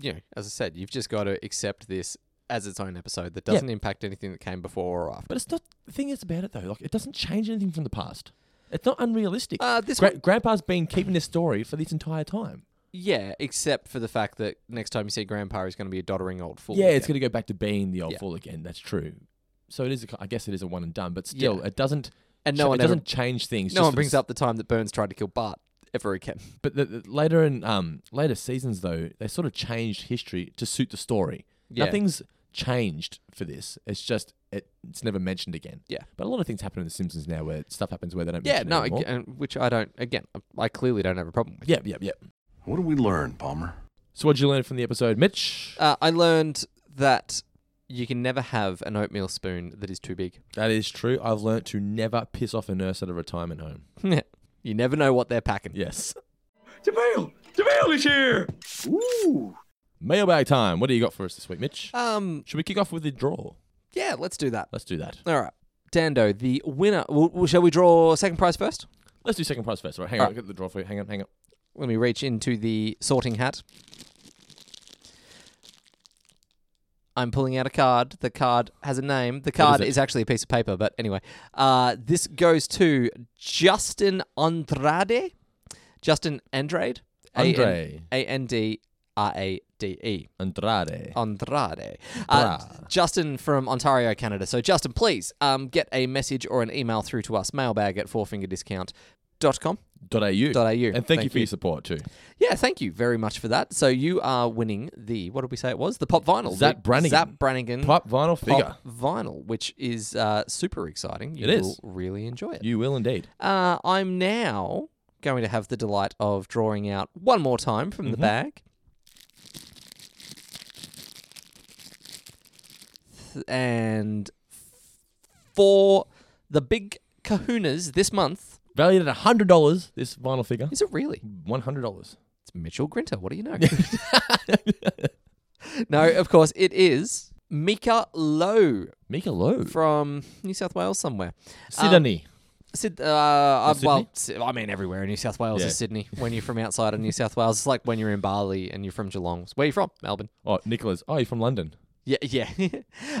Speaker 5: you know, as I said, you've just got to accept this as its own episode that
Speaker 4: Yeah.
Speaker 5: doesn't impact anything that came before or after.
Speaker 4: but it's not. The thing is about it though, like it doesn't change anything from the past. It's not unrealistic.
Speaker 5: Uh, this
Speaker 4: Gra-
Speaker 5: one-
Speaker 4: Grandpa's been keeping this story for this entire time.
Speaker 5: Yeah, except for the fact that next time you see Grandpa, he's going to be a doddering old fool.
Speaker 4: yeah, it's going
Speaker 5: again.
Speaker 4: to go back to being the old
Speaker 5: Oh, Yeah.
Speaker 4: fool again. That's true. So it is. A, I guess it is a one and done, but still,
Speaker 5: Yeah.
Speaker 4: it doesn't.
Speaker 5: And
Speaker 4: cha-
Speaker 5: no one
Speaker 4: it
Speaker 5: ever-
Speaker 4: doesn't change things.
Speaker 5: No
Speaker 4: just
Speaker 5: one
Speaker 4: for
Speaker 5: brings
Speaker 4: the
Speaker 5: up the time that Burns tried to kill Bart ever again.
Speaker 4: But the, the, later in um, later seasons, though, they sort of changed history to suit the story.
Speaker 5: Yeah.
Speaker 4: Nothing's changed for this. It's just it, it's never mentioned again.
Speaker 5: Yeah.
Speaker 4: But a lot of things happen in The Simpsons now where stuff happens where they don't.
Speaker 5: Yeah,
Speaker 4: mention
Speaker 5: no,
Speaker 4: it anymore.
Speaker 5: ag- and which I don't. Again, I clearly don't have a problem with.
Speaker 4: Yeah, yeah, yeah.
Speaker 14: What do we learn, Palmer?
Speaker 4: So what'd you learn from the episode, Mitch?
Speaker 5: Uh, I learned that you can never have an oatmeal spoon that is too big.
Speaker 4: That is true. I've learnt to never piss off a nurse at a retirement home.
Speaker 5: you never know what they're packing.
Speaker 4: Yes.
Speaker 14: Jamil! Jamil is here! Ooh!
Speaker 4: Mailbag time. What do you got for us this week, Mitch?
Speaker 5: Um,
Speaker 4: Should we kick off with the draw?
Speaker 5: yeah, let's do that.
Speaker 4: Let's do that.
Speaker 5: All right, Dando, the winner. w w- shall we draw second prize first?
Speaker 4: Let's do second prize first. All right, hang on.
Speaker 5: All
Speaker 4: I'll
Speaker 5: right.
Speaker 4: get the draw for you. Hang on, hang on.
Speaker 5: Let me reach into the sorting hat. I'm pulling out a card. The card has a name. The
Speaker 4: is
Speaker 5: card
Speaker 4: it?
Speaker 5: is actually a piece of paper, but anyway. Uh, this goes to Justin Andrade. Justin Andrade.
Speaker 4: Andrade.
Speaker 5: A N D R A D E.
Speaker 4: Andrade.
Speaker 5: Andrade. Uh, Justin from Ontario, Canada. So, Justin, please um, get a message or an email through to us, mailbag at fourfingerdiscount.com.
Speaker 4: Dot au.
Speaker 5: Dot au.
Speaker 4: And thank you for your support too.
Speaker 5: Yeah, thank you very much for that. So you are winning the what did we say it was the pop vinyl?
Speaker 4: Zap
Speaker 5: The
Speaker 4: Brannigan.
Speaker 5: Zap Brannigan
Speaker 4: Pop vinyl figure.
Speaker 5: pop vinyl, which is uh, super exciting. You
Speaker 4: It is.
Speaker 5: will really enjoy it.
Speaker 4: You will indeed.
Speaker 5: Uh, I'm now going to have the delight of drawing out one more time from the
Speaker 4: Mhm.
Speaker 5: bag. Th- And for the big kahunas this month,
Speaker 4: Valued at hundred dollars, this vinyl figure.
Speaker 5: Is it really?
Speaker 4: One hundred dollars.
Speaker 5: It's Mitchell Grinter. What do you know? no, of course, it is Mika Lowe.
Speaker 4: Mika Lowe?
Speaker 5: From New South Wales somewhere. Um,
Speaker 4: Sydney.
Speaker 5: Sid, uh, uh,
Speaker 4: Sydney?
Speaker 5: well, Si- I mean everywhere in New South Wales
Speaker 4: Yeah.
Speaker 5: is Sydney. When you're from outside of New South Wales, it's like when you're in Bali and you're from Geelong. Where are you from? Melbourne.
Speaker 4: Oh, Nicholas. Oh, you're from London.
Speaker 5: Yeah, yeah.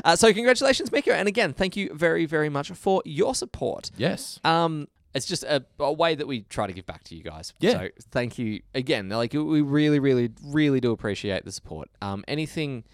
Speaker 5: uh, so congratulations, Mika, and again, thank you very, very much for your support.
Speaker 4: Yes.
Speaker 5: Um, it's just a, a way that we try to give back to you guys.
Speaker 4: Yeah.
Speaker 5: So thank you again. Like we really, really, really do appreciate the support. Um, anything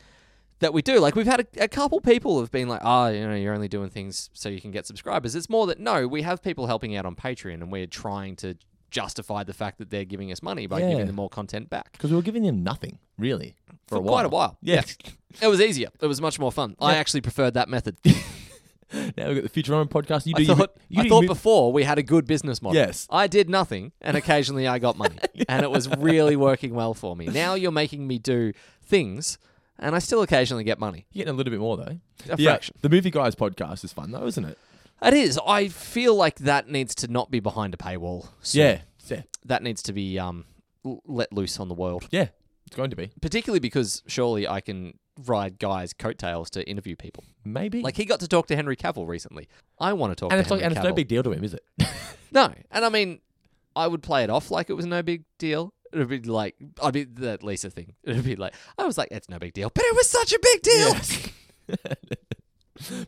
Speaker 5: that we do, like we've had a, a couple people have been like, oh, you know, you're only doing things so you can get subscribers. It's more that no, we have people helping out on Patreon, and we're trying to justify the fact that they're giving us money by
Speaker 4: Yeah.
Speaker 5: giving them more content back
Speaker 4: Because we were giving them nothing, really. For,
Speaker 5: for,
Speaker 4: a while.
Speaker 5: quite a while.
Speaker 4: Yeah.
Speaker 5: it was easier. It was much more fun. I actually preferred that method.
Speaker 4: now we've got the Futurama podcast. You do
Speaker 5: I
Speaker 4: your-
Speaker 5: thought,
Speaker 4: you do
Speaker 5: I
Speaker 4: your
Speaker 5: thought
Speaker 4: mov-
Speaker 5: before we had a good business model.
Speaker 4: Yes.
Speaker 5: I did nothing, and occasionally I got money, and it was really working well for me. Now you're making me do things, and I still occasionally get money.
Speaker 4: You're getting a little bit more though.
Speaker 5: A
Speaker 4: yeah,
Speaker 5: fraction.
Speaker 4: the movie guys podcast is fun though, isn't it?
Speaker 5: It is. I feel like that needs to not be behind a paywall. soon.
Speaker 4: Yeah, yeah.
Speaker 5: That needs to be um, l- let loose on the world.
Speaker 4: Yeah, it's going to be.
Speaker 5: Particularly because surely I can ride guys' coattails to interview people.
Speaker 4: Maybe.
Speaker 5: Like he got to talk to Henry Cavill recently. I want to talk
Speaker 4: and
Speaker 5: to
Speaker 4: it's like, and
Speaker 5: Henry
Speaker 4: it's
Speaker 5: Cavill.
Speaker 4: no big deal to him, is it?
Speaker 5: No, and I mean, I would play it off like it was no big deal. It would be like, I'd be that Lisa thing. It would be like, I was like, it's no big deal, but it was such a big deal.
Speaker 4: but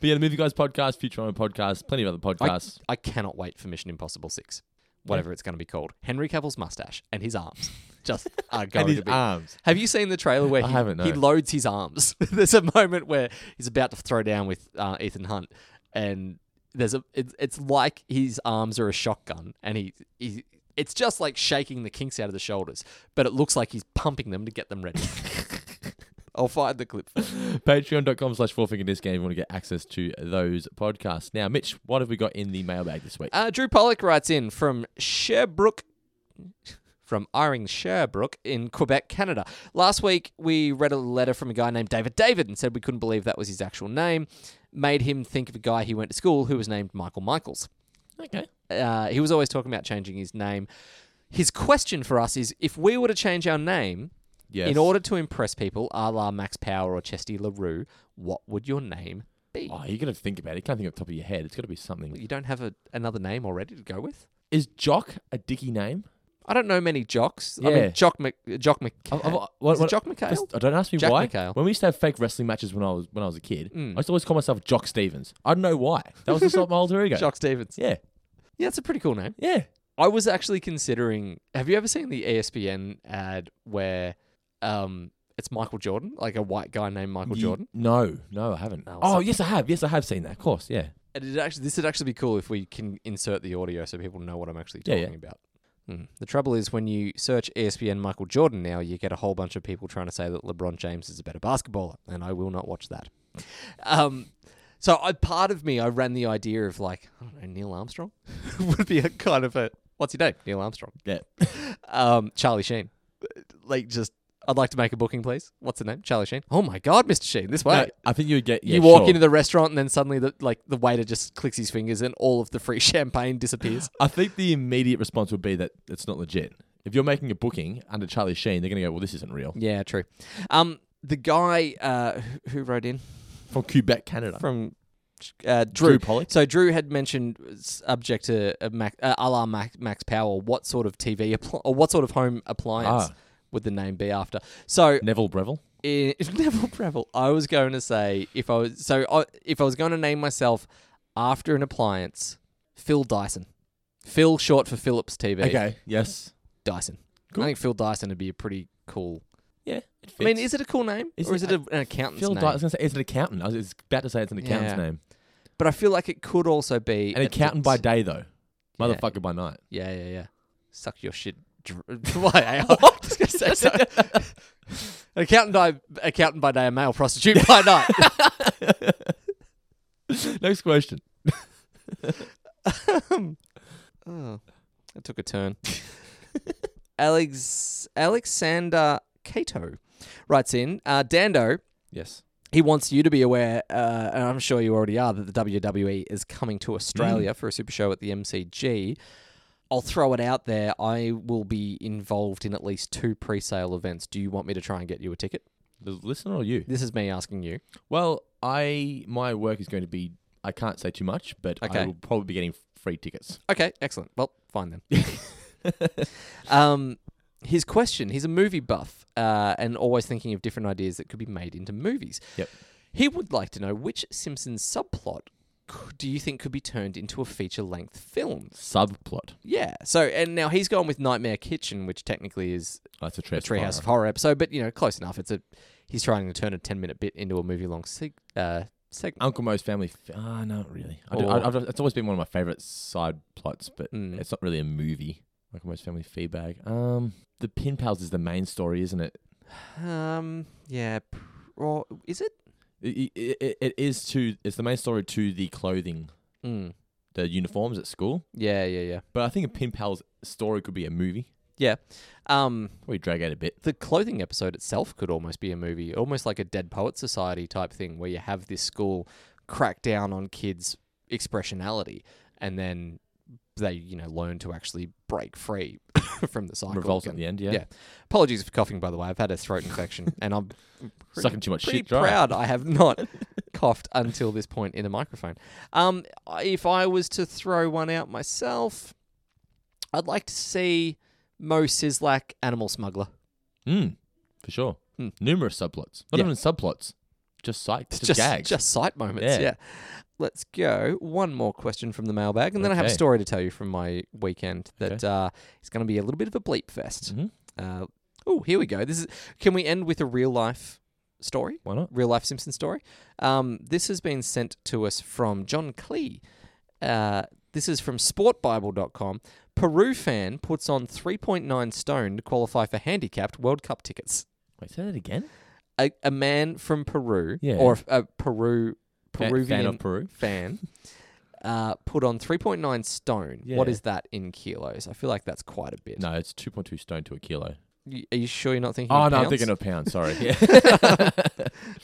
Speaker 4: yeah, the movie guys podcast, Futurama podcast, plenty of other podcasts.
Speaker 5: I cannot wait for Mission Impossible Six, whatever it's going to be called. Henry Cavill's mustache and his arms just are going
Speaker 4: his
Speaker 5: to be.
Speaker 4: arms.
Speaker 5: Have you seen the trailer where
Speaker 4: I
Speaker 5: he,
Speaker 4: haven't, no.
Speaker 5: he loads his arms? there's a moment where he's about to throw down with uh, Ethan Hunt, and there's a it's, it's like his arms are a shotgun, and he he. It's just like shaking the kinks out of the shoulders, but it looks like he's pumping them to get them ready. I'll find the clip. For you.
Speaker 4: Patreon.com slash fourfinger disc game if you want to get access to those podcasts. Now, Mitch, what have we got in the mailbag this week?
Speaker 5: Uh, Drew Pollock writes in from Sherbrooke, from Iring Sherbrooke in Quebec, Canada. Last week, we read a letter from a guy named David David and said we couldn't believe that was his actual name. Made him think of a guy he went to school who was named Michael Michaels.
Speaker 4: Okay.
Speaker 5: Uh, he was always talking about changing his name. His question for us is if we were to change our name
Speaker 4: Yes.
Speaker 5: in order to impress people, a la Max Power or Chesty LaRue, what would your name be?
Speaker 4: Oh, you're going to think about it. You can't think off the top of your head. It's got to be something.
Speaker 5: You don't have a, another name already to go with?
Speaker 4: Is Jock a dicky name?
Speaker 5: I don't know many jocks. I
Speaker 4: Yeah.
Speaker 5: mean, Jock Mc, Jock McHale.
Speaker 4: I've- I've-
Speaker 5: Is it Jock McHale?
Speaker 4: Just- oh, Don't ask me
Speaker 5: Jack
Speaker 4: why.
Speaker 5: McHale.
Speaker 4: When we used to have fake wrestling matches when I was when I was a kid,
Speaker 5: Mm.
Speaker 4: I used to always call myself Jock Stevens. I don't know why. That was just not my alter ego.
Speaker 5: Jock Stevens.
Speaker 4: Yeah.
Speaker 5: Yeah, it's a pretty cool name.
Speaker 4: Yeah.
Speaker 5: I was actually considering. Have you ever seen the E ESPN ad where um, it's Michael Jordan, like a white guy named Michael
Speaker 4: Ye-
Speaker 5: Jordan?
Speaker 4: No, no, I haven't.
Speaker 5: No,
Speaker 4: oh,
Speaker 5: it's-
Speaker 4: yes, I have. Yes, I have seen that. Of course, yeah.
Speaker 5: And it actually, this would actually be cool if we can insert the audio so people know what I'm actually
Speaker 4: Yeah,
Speaker 5: talking
Speaker 4: yeah.
Speaker 5: about. Hmm. The trouble is, when you search E ESPN Michael Jordan now, you get a whole bunch of people trying to say that LeBron James is a better basketballer, and I will not watch that. Um, so, I, part of me, I ran the idea of like, I don't know, Neil Armstrong would be a kind of a what's your name, Neil Armstrong?
Speaker 4: Yeah.
Speaker 5: um, Charlie Sheen. Like, just I'd like to make a booking, please. What's the name? Charlie Sheen. Oh my God, Mr. Sheen, this way.
Speaker 4: No, I think you would get. Yeah,
Speaker 5: you walk
Speaker 4: sure.
Speaker 5: into the restaurant and then suddenly the like the waiter just clicks his fingers and all of the free champagne disappears.
Speaker 4: I think the immediate response would be that it's not legit. If you're making a booking under Charlie Sheen, they're going to go, well, this isn't real.
Speaker 5: yeah, true. Um, the guy uh, who- who wrote in
Speaker 4: From Quebec, Canada.
Speaker 5: from uh, Drew.
Speaker 4: Drew Pollock.
Speaker 5: So Drew had mentioned uh, subject to uh, Mac, uh, a la Mac, Max Power, what sort of TV appli- or what sort of home appliance
Speaker 4: Ah.
Speaker 5: would the name be after? So
Speaker 4: Neville Breville.
Speaker 5: in Neville Breville. I was going to say if I was so I, if I was going to name myself after an appliance, Phil Dyson. Phil, short for Phillips TV.
Speaker 4: Okay, yes.
Speaker 5: Dyson. I think Phil Dyson would be a pretty cool.
Speaker 4: Yeah,
Speaker 5: I mean, is it a cool name or is it, a, an accountant's
Speaker 4: Phil
Speaker 5: name?
Speaker 4: Dyson. I was going to say, it's an accountant. I was- I was about to say it's an accountant's
Speaker 5: Yeah.
Speaker 4: name.
Speaker 5: But I feel like it could also be
Speaker 4: An
Speaker 5: a-
Speaker 4: accountant by day, though.
Speaker 5: Yeah.
Speaker 4: Motherfucker by night.
Speaker 5: Yeah, yeah, yeah. Suck your shit. dr- Why? What? accountant by accountant by day, a male prostitute by night.
Speaker 4: Next question.
Speaker 5: oh, that took a turn. Alex Alexander Cato writes in uh, Dando.
Speaker 4: Yes.
Speaker 5: He wants you to be aware, uh, and I'm sure you already are, that the WWE is coming to Australia for a super show at the MCG. I'll throw it out there. I will be involved in at least two pre sale events. Do you want me to try and get you a ticket?
Speaker 4: The listener or you?
Speaker 5: This is me asking you.
Speaker 4: Well, I my work is going to be. I can't say too much, but
Speaker 5: Okay.
Speaker 4: I will probably be getting free tickets.
Speaker 5: Okay, excellent. Well, fine then. um, his question: He's a movie buff uh, and always thinking of different ideas that could be made into movies.
Speaker 4: Yep.
Speaker 5: He would like to know which Simpsons subplot c- do you think could be turned into a feature-length film?
Speaker 4: Subplot.
Speaker 5: Yeah. So, and now he's gone with Nightmare Kitchen, which technically is
Speaker 4: That's a Treehouse of
Speaker 5: Treehouse of Horror episode, but you know, close enough. It's a he's trying to turn a ten-minute bit into a movie-long seg- uh, segment.
Speaker 4: Uncle Mo's family. F- uh, not really. I do,
Speaker 5: Or-
Speaker 4: I, I've, it's always been one of my favorite side plots, but
Speaker 5: Mm.
Speaker 4: it's not really a movie. Uncle Mo's family feedback. Um, the Pin Pals is the main story, isn't it?
Speaker 5: Um. Yeah. pr- Or is it?
Speaker 4: It, it, it- it is to. It's the main story to the clothing,
Speaker 5: Mm.
Speaker 4: the uniforms at school.
Speaker 5: Yeah. Yeah. Yeah.
Speaker 4: But I think a Pin Pals story could be a movie.
Speaker 5: Yeah. Um.
Speaker 4: We drag out a bit.
Speaker 5: the clothing episode itself could almost be a movie, almost like a Dead Poet Society type thing, where you have this school crack down on kids' expressionality, and then they, you know, learn to actually break free from the cycle.
Speaker 4: Revolt at
Speaker 5: again.
Speaker 4: the end, yeah.
Speaker 5: Yeah. Apologies for coughing, by the way. I've had a throat infection, and I'm pretty-
Speaker 4: Sucking too much
Speaker 5: pretty
Speaker 4: shit dry.
Speaker 5: Proud, I have not coughed until this point in the microphone. Um, I- if I was to throw one out myself, I'd like to see Mo Sislak, Animal Smuggler.
Speaker 4: Mm, for sure. Numerous subplots. Not
Speaker 5: Yeah.
Speaker 4: even subplots. Just sight. Just, gags.
Speaker 5: just sight moments. Yeah.
Speaker 4: Yeah.
Speaker 5: Let's go. One more question from the mailbag, and then I have a
Speaker 4: Okay.
Speaker 5: story to tell you from my weekend that uh, it's going to be a little bit of a bleep fest.
Speaker 4: Mm-hmm.
Speaker 5: Uh, oh, here we go. This is. Can we end with a real life story?
Speaker 4: Why not?
Speaker 5: Real life Simpson story. Um, this has been sent to us from John Clee. Uh, this is from sportbible.com. Peru fan puts on 3.9 stone to qualify for handicapped World Cup tickets
Speaker 4: Wait, say that again?
Speaker 5: a, a man from Peru,
Speaker 4: Yeah.
Speaker 5: or a Peru
Speaker 4: Fa- fan of
Speaker 5: Peruvian
Speaker 4: Peru.
Speaker 5: fan, uh, put on three point nine stone. What
Speaker 4: Yeah.
Speaker 5: is that in kilos? I feel like that's quite a bit.
Speaker 4: No, it's 2.2 stone to a kilo.
Speaker 5: Y- Are you sure you're not thinking?
Speaker 4: Oh,
Speaker 5: of
Speaker 4: no, I'm
Speaker 5: pounds?
Speaker 4: thinking of pounds. Sorry.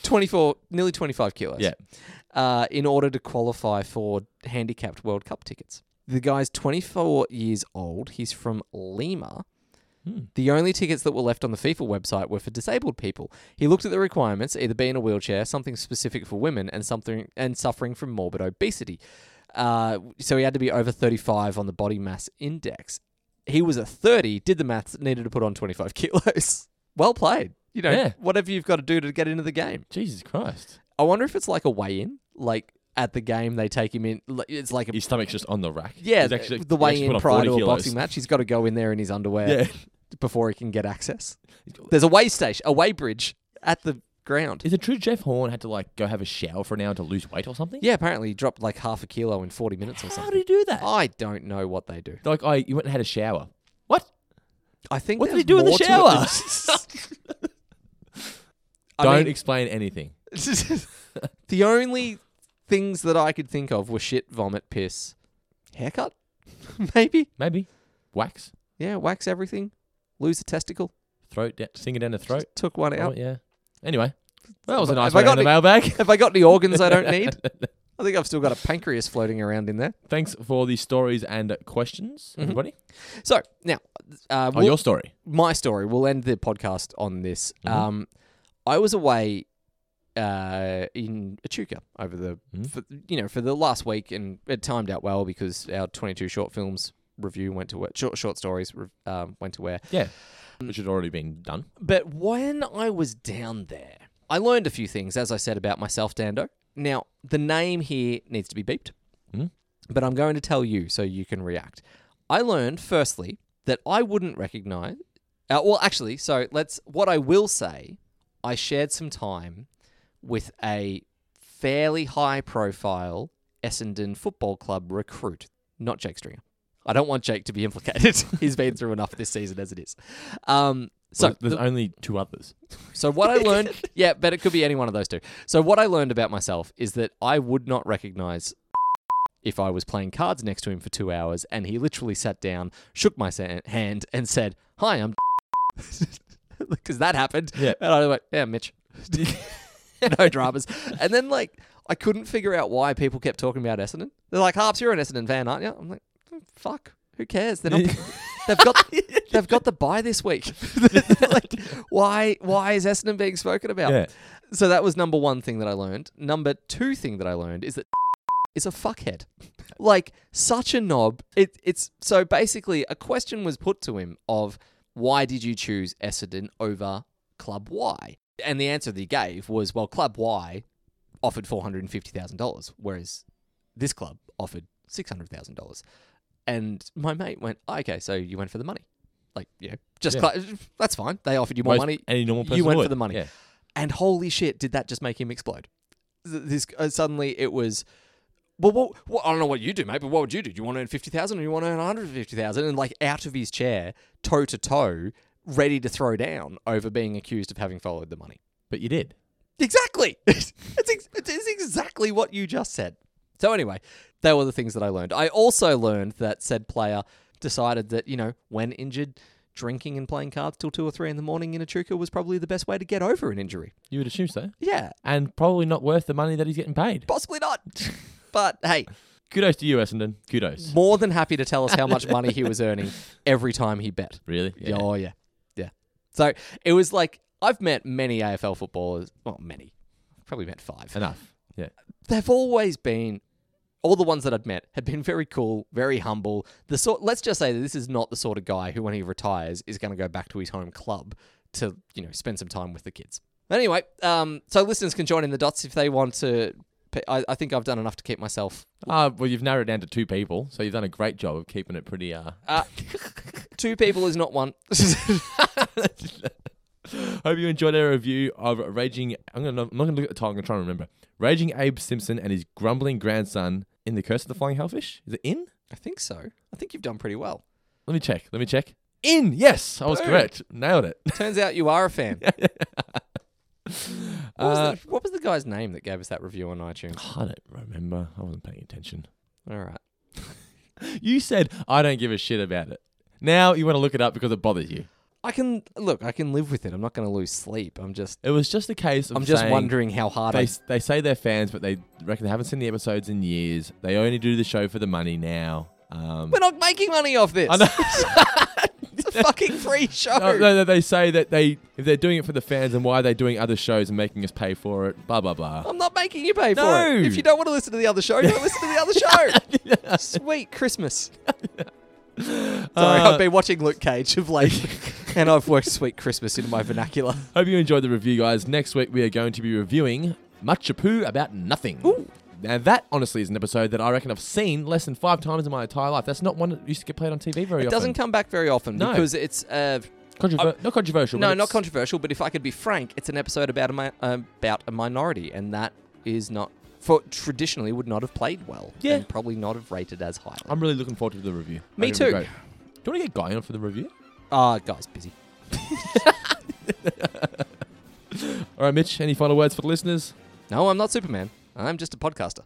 Speaker 5: twenty-four, nearly twenty-five kilos.
Speaker 4: Yeah.
Speaker 5: Uh, in order to qualify for handicapped World Cup tickets, the guy's twenty-four years old. He's from Lima.
Speaker 4: Hmm.
Speaker 5: The only tickets that were left on the FIFA website were for disabled people. He looked at the requirements, either being a wheelchair, something specific for women, and something and suffering from morbid obesity. Uh, so he had to be over 35 on the body mass index. He was a 30, did the maths, needed to put on 25 kilos. well played. You know,
Speaker 4: Yeah.
Speaker 5: whatever you've got to do to get into the game.
Speaker 4: Jesus Christ.
Speaker 5: I wonder if it's like a weigh-in, like at the game they take him in. like, It's like a
Speaker 4: His stomach's just on the rack.
Speaker 5: yeah,
Speaker 4: He's
Speaker 5: th-
Speaker 4: actually-
Speaker 5: the
Speaker 4: he actually
Speaker 5: way
Speaker 4: put
Speaker 5: in
Speaker 4: on
Speaker 5: prior
Speaker 4: 40
Speaker 5: to a
Speaker 4: kilos.
Speaker 5: boxing match, he's got to go in there in his underwear
Speaker 4: Yeah.
Speaker 5: before he can get access. There's a way station, a way bridge at the ground.
Speaker 4: Is it true Jeff Horn had to like go have a shower for an hour to lose weight or something?
Speaker 5: Yeah, apparently he dropped like half a kilo in 40 minutes or something.
Speaker 4: How do you do that?
Speaker 5: I don't know what they do.
Speaker 4: Like, I you went and had a shower.
Speaker 5: I think
Speaker 4: What did
Speaker 5: there's
Speaker 4: he do in the
Speaker 5: more to it
Speaker 4: shower?
Speaker 5: than- I
Speaker 4: Don't
Speaker 5: mean-
Speaker 4: explain anything.
Speaker 5: the only things that I could think of were shit, vomit, piss, haircut, maybe,
Speaker 4: Maybe. Wax.
Speaker 5: yeah, wax everything, lose a testicle,
Speaker 4: Throat. Da- sing it down the throat.
Speaker 5: took one
Speaker 4: Oh,
Speaker 5: out.
Speaker 4: yeah. Anyway. Well, that was a nice
Speaker 5: Have I
Speaker 4: one
Speaker 5: got
Speaker 4: in the
Speaker 5: any-
Speaker 4: mailbag.
Speaker 5: Have I got the organs I don't need? I think I've still got a pancreas floating around in there.
Speaker 4: Thanks for the stories and questions,
Speaker 5: Mhm.
Speaker 4: everybody.
Speaker 5: So now,
Speaker 4: Oh,
Speaker 5: uh,
Speaker 4: Mm-hmm. your story.
Speaker 5: my story. We'll end the podcast on this.
Speaker 4: Mhm.
Speaker 5: Um, I was away uh, in Echuca over the,
Speaker 4: Mm-hmm.
Speaker 5: for, you know, for the last week, and it timed out well because our twenty-two short films review went to where short short stories re- um, went to where.
Speaker 4: Yeah. which had already been done.
Speaker 5: But when I was down there, I learned a few things, as I said about myself, Dando. Now, the name here needs to be beeped, but I'm going to tell you so you can react. I learned, firstly, that I wouldn't recognize. Uh, well, actually, so let's. What I will say, I shared some time with a fairly high profile Essendon Football Club recruit, not Jake Stringer. I don't want Jake to be implicated. He's been through enough this season as it is. Um, so
Speaker 4: Well, there's only two others.
Speaker 5: So what I learned, yeah, but it could be any one of those two. So what I learned about myself is that I would not recognize if I was playing cards next to him for two hours, and he literally sat down, shook my sa- hand, and said, "Hi, I'm," because that happened. Yeah, and I went, "Yeah, Mitch." no dramas. And then like I couldn't figure out why people kept talking about Essendon. They're like, "Harps, you're an Essendon fan, aren't you?" I'm like, "Mm, "Fuck, who cares?" They're not. they've got they've got the buy this week. like, why why is Essendon being spoken about?
Speaker 4: Yeah.
Speaker 5: So that was number one thing that I learned. Number two thing that I learned is that is a fuckhead. Like such a knob. It, it's so basically a question was put to him of why did you choose Essendon over Club Y? And the answer that he gave was, well, Club Y offered four hundred and fifty thousand dollars, whereas this club offered six hundred thousand dollars. And my mate went, "Oh, okay, so you went for the money, like yeah, just
Speaker 4: Yeah.
Speaker 5: Cl- that's fine. They offered you more
Speaker 4: Most-
Speaker 5: money.
Speaker 4: any normal
Speaker 5: you
Speaker 4: person
Speaker 5: went for
Speaker 4: would,
Speaker 5: the money.
Speaker 4: yeah.
Speaker 5: And holy shit, did that just make him explode? Th- This uh, suddenly it was. Well, what, what, I don't know what you do, mate, but what would you do? Do you want to earn fifty thousand, or you want to earn one hundred fifty thousand? And like out of his chair, toe to toe, ready to throw down over being accused of having followed the money.
Speaker 4: But you did.
Speaker 5: Exactly. it's, ex- it is exactly what you just said. So anyway, they were the things that I learned. I also learned that said player decided that, you know, when injured, drinking and playing cards till two or three in the morning in a chuka was probably the best way to get over an injury.
Speaker 4: You would assume so.
Speaker 5: Yeah.
Speaker 4: And probably not worth the money that he's getting paid.
Speaker 5: Possibly not. But hey,
Speaker 4: Kudos to you, Essendon. Kudos.
Speaker 5: more than happy to tell us how much money he was earning every time he bet.
Speaker 4: Really?
Speaker 5: Yeah. Oh yeah. Yeah. So it was like I've met many AFL footballers. Well, many. Probably met five.
Speaker 4: Enough. Yeah.
Speaker 5: they've always been all the ones that I'd met had been very cool, very humble. The sort let's just say that this is not the sort of guy who when he retires is going to go back to his home club to, you know, spend some time with the kids. Anyway, um, so listeners can join in the dots if they want to I, I think I've done enough to keep myself
Speaker 4: Uh, well, you've narrowed it down to two people, so you've done a great job of keeping it pretty. Uh,
Speaker 5: uh, two people is not one.
Speaker 4: Hope you enjoyed our review of Raging. I'm gonna. I'm not gonna look at the title. I'm gonna try and remember. Raging Abe Simpson and his grumbling grandson in the Curse of the Flying Hellfish. Is it in?
Speaker 5: I think so. I think you've done pretty well.
Speaker 4: Let me check. Let me check. In. Yes, I was
Speaker 5: Boom.
Speaker 4: correct. Nailed it.
Speaker 5: Turns out you are a fan. What was,
Speaker 4: Uh,
Speaker 5: the, what was the guy's name that gave us that review on iTunes?
Speaker 4: I don't remember. I wasn't paying attention.
Speaker 5: All right.
Speaker 4: You said I don't give a shit about it. Now you want to look it up because it bothers you.
Speaker 5: I can look. I can live with it. I'm not going to lose sleep. I'm just.
Speaker 4: It was just a case of
Speaker 5: I'm just
Speaker 4: saying
Speaker 5: wondering how hard
Speaker 4: they,
Speaker 5: I.
Speaker 4: they say they're fans, but they reckon they haven't seen the episodes in years. They only do the show for the money now. Um,
Speaker 5: We're not making money off this.
Speaker 4: I know.
Speaker 5: it's a fucking free show.
Speaker 4: no, no, no, they say that they if they're doing it for the fans, and why are they doing other shows and making us pay for it? Blah blah blah.
Speaker 5: I'm not making you pay for
Speaker 4: No.
Speaker 5: it. If you don't want to listen to the other show, don't listen to the other show. Sweet Christmas. Sorry,
Speaker 4: Uh,
Speaker 5: I've been watching Luke Cage of late, and I've worked Sweet Christmas into my vernacular.
Speaker 4: Hope you enjoyed the review, guys. Next week we are going to be reviewing Much Poo About Nothing. Now that honestly is an episode that I reckon I've seen less than five times in my entire life. That's not one that used to get played on TV very
Speaker 5: It
Speaker 4: often.
Speaker 5: doesn't come back very often
Speaker 4: No.
Speaker 5: because it's uh,
Speaker 4: Controver- not controversial.
Speaker 5: no,
Speaker 4: but
Speaker 5: not
Speaker 4: it's-
Speaker 5: controversial. But if I could be frank, it's an episode about a mi- um, about a minority, and that is not for traditionally would not have played well.
Speaker 4: Yeah.
Speaker 5: and probably not have rated as highly.
Speaker 4: I'm really looking forward to the review. That'd be
Speaker 5: Me too.
Speaker 4: great. Do you want to get Guy on for the review?
Speaker 5: Ah, guys, busy.
Speaker 4: All right, Mitch. Any final words for the listeners?
Speaker 5: No, I'm not Superman. I'm just a podcaster.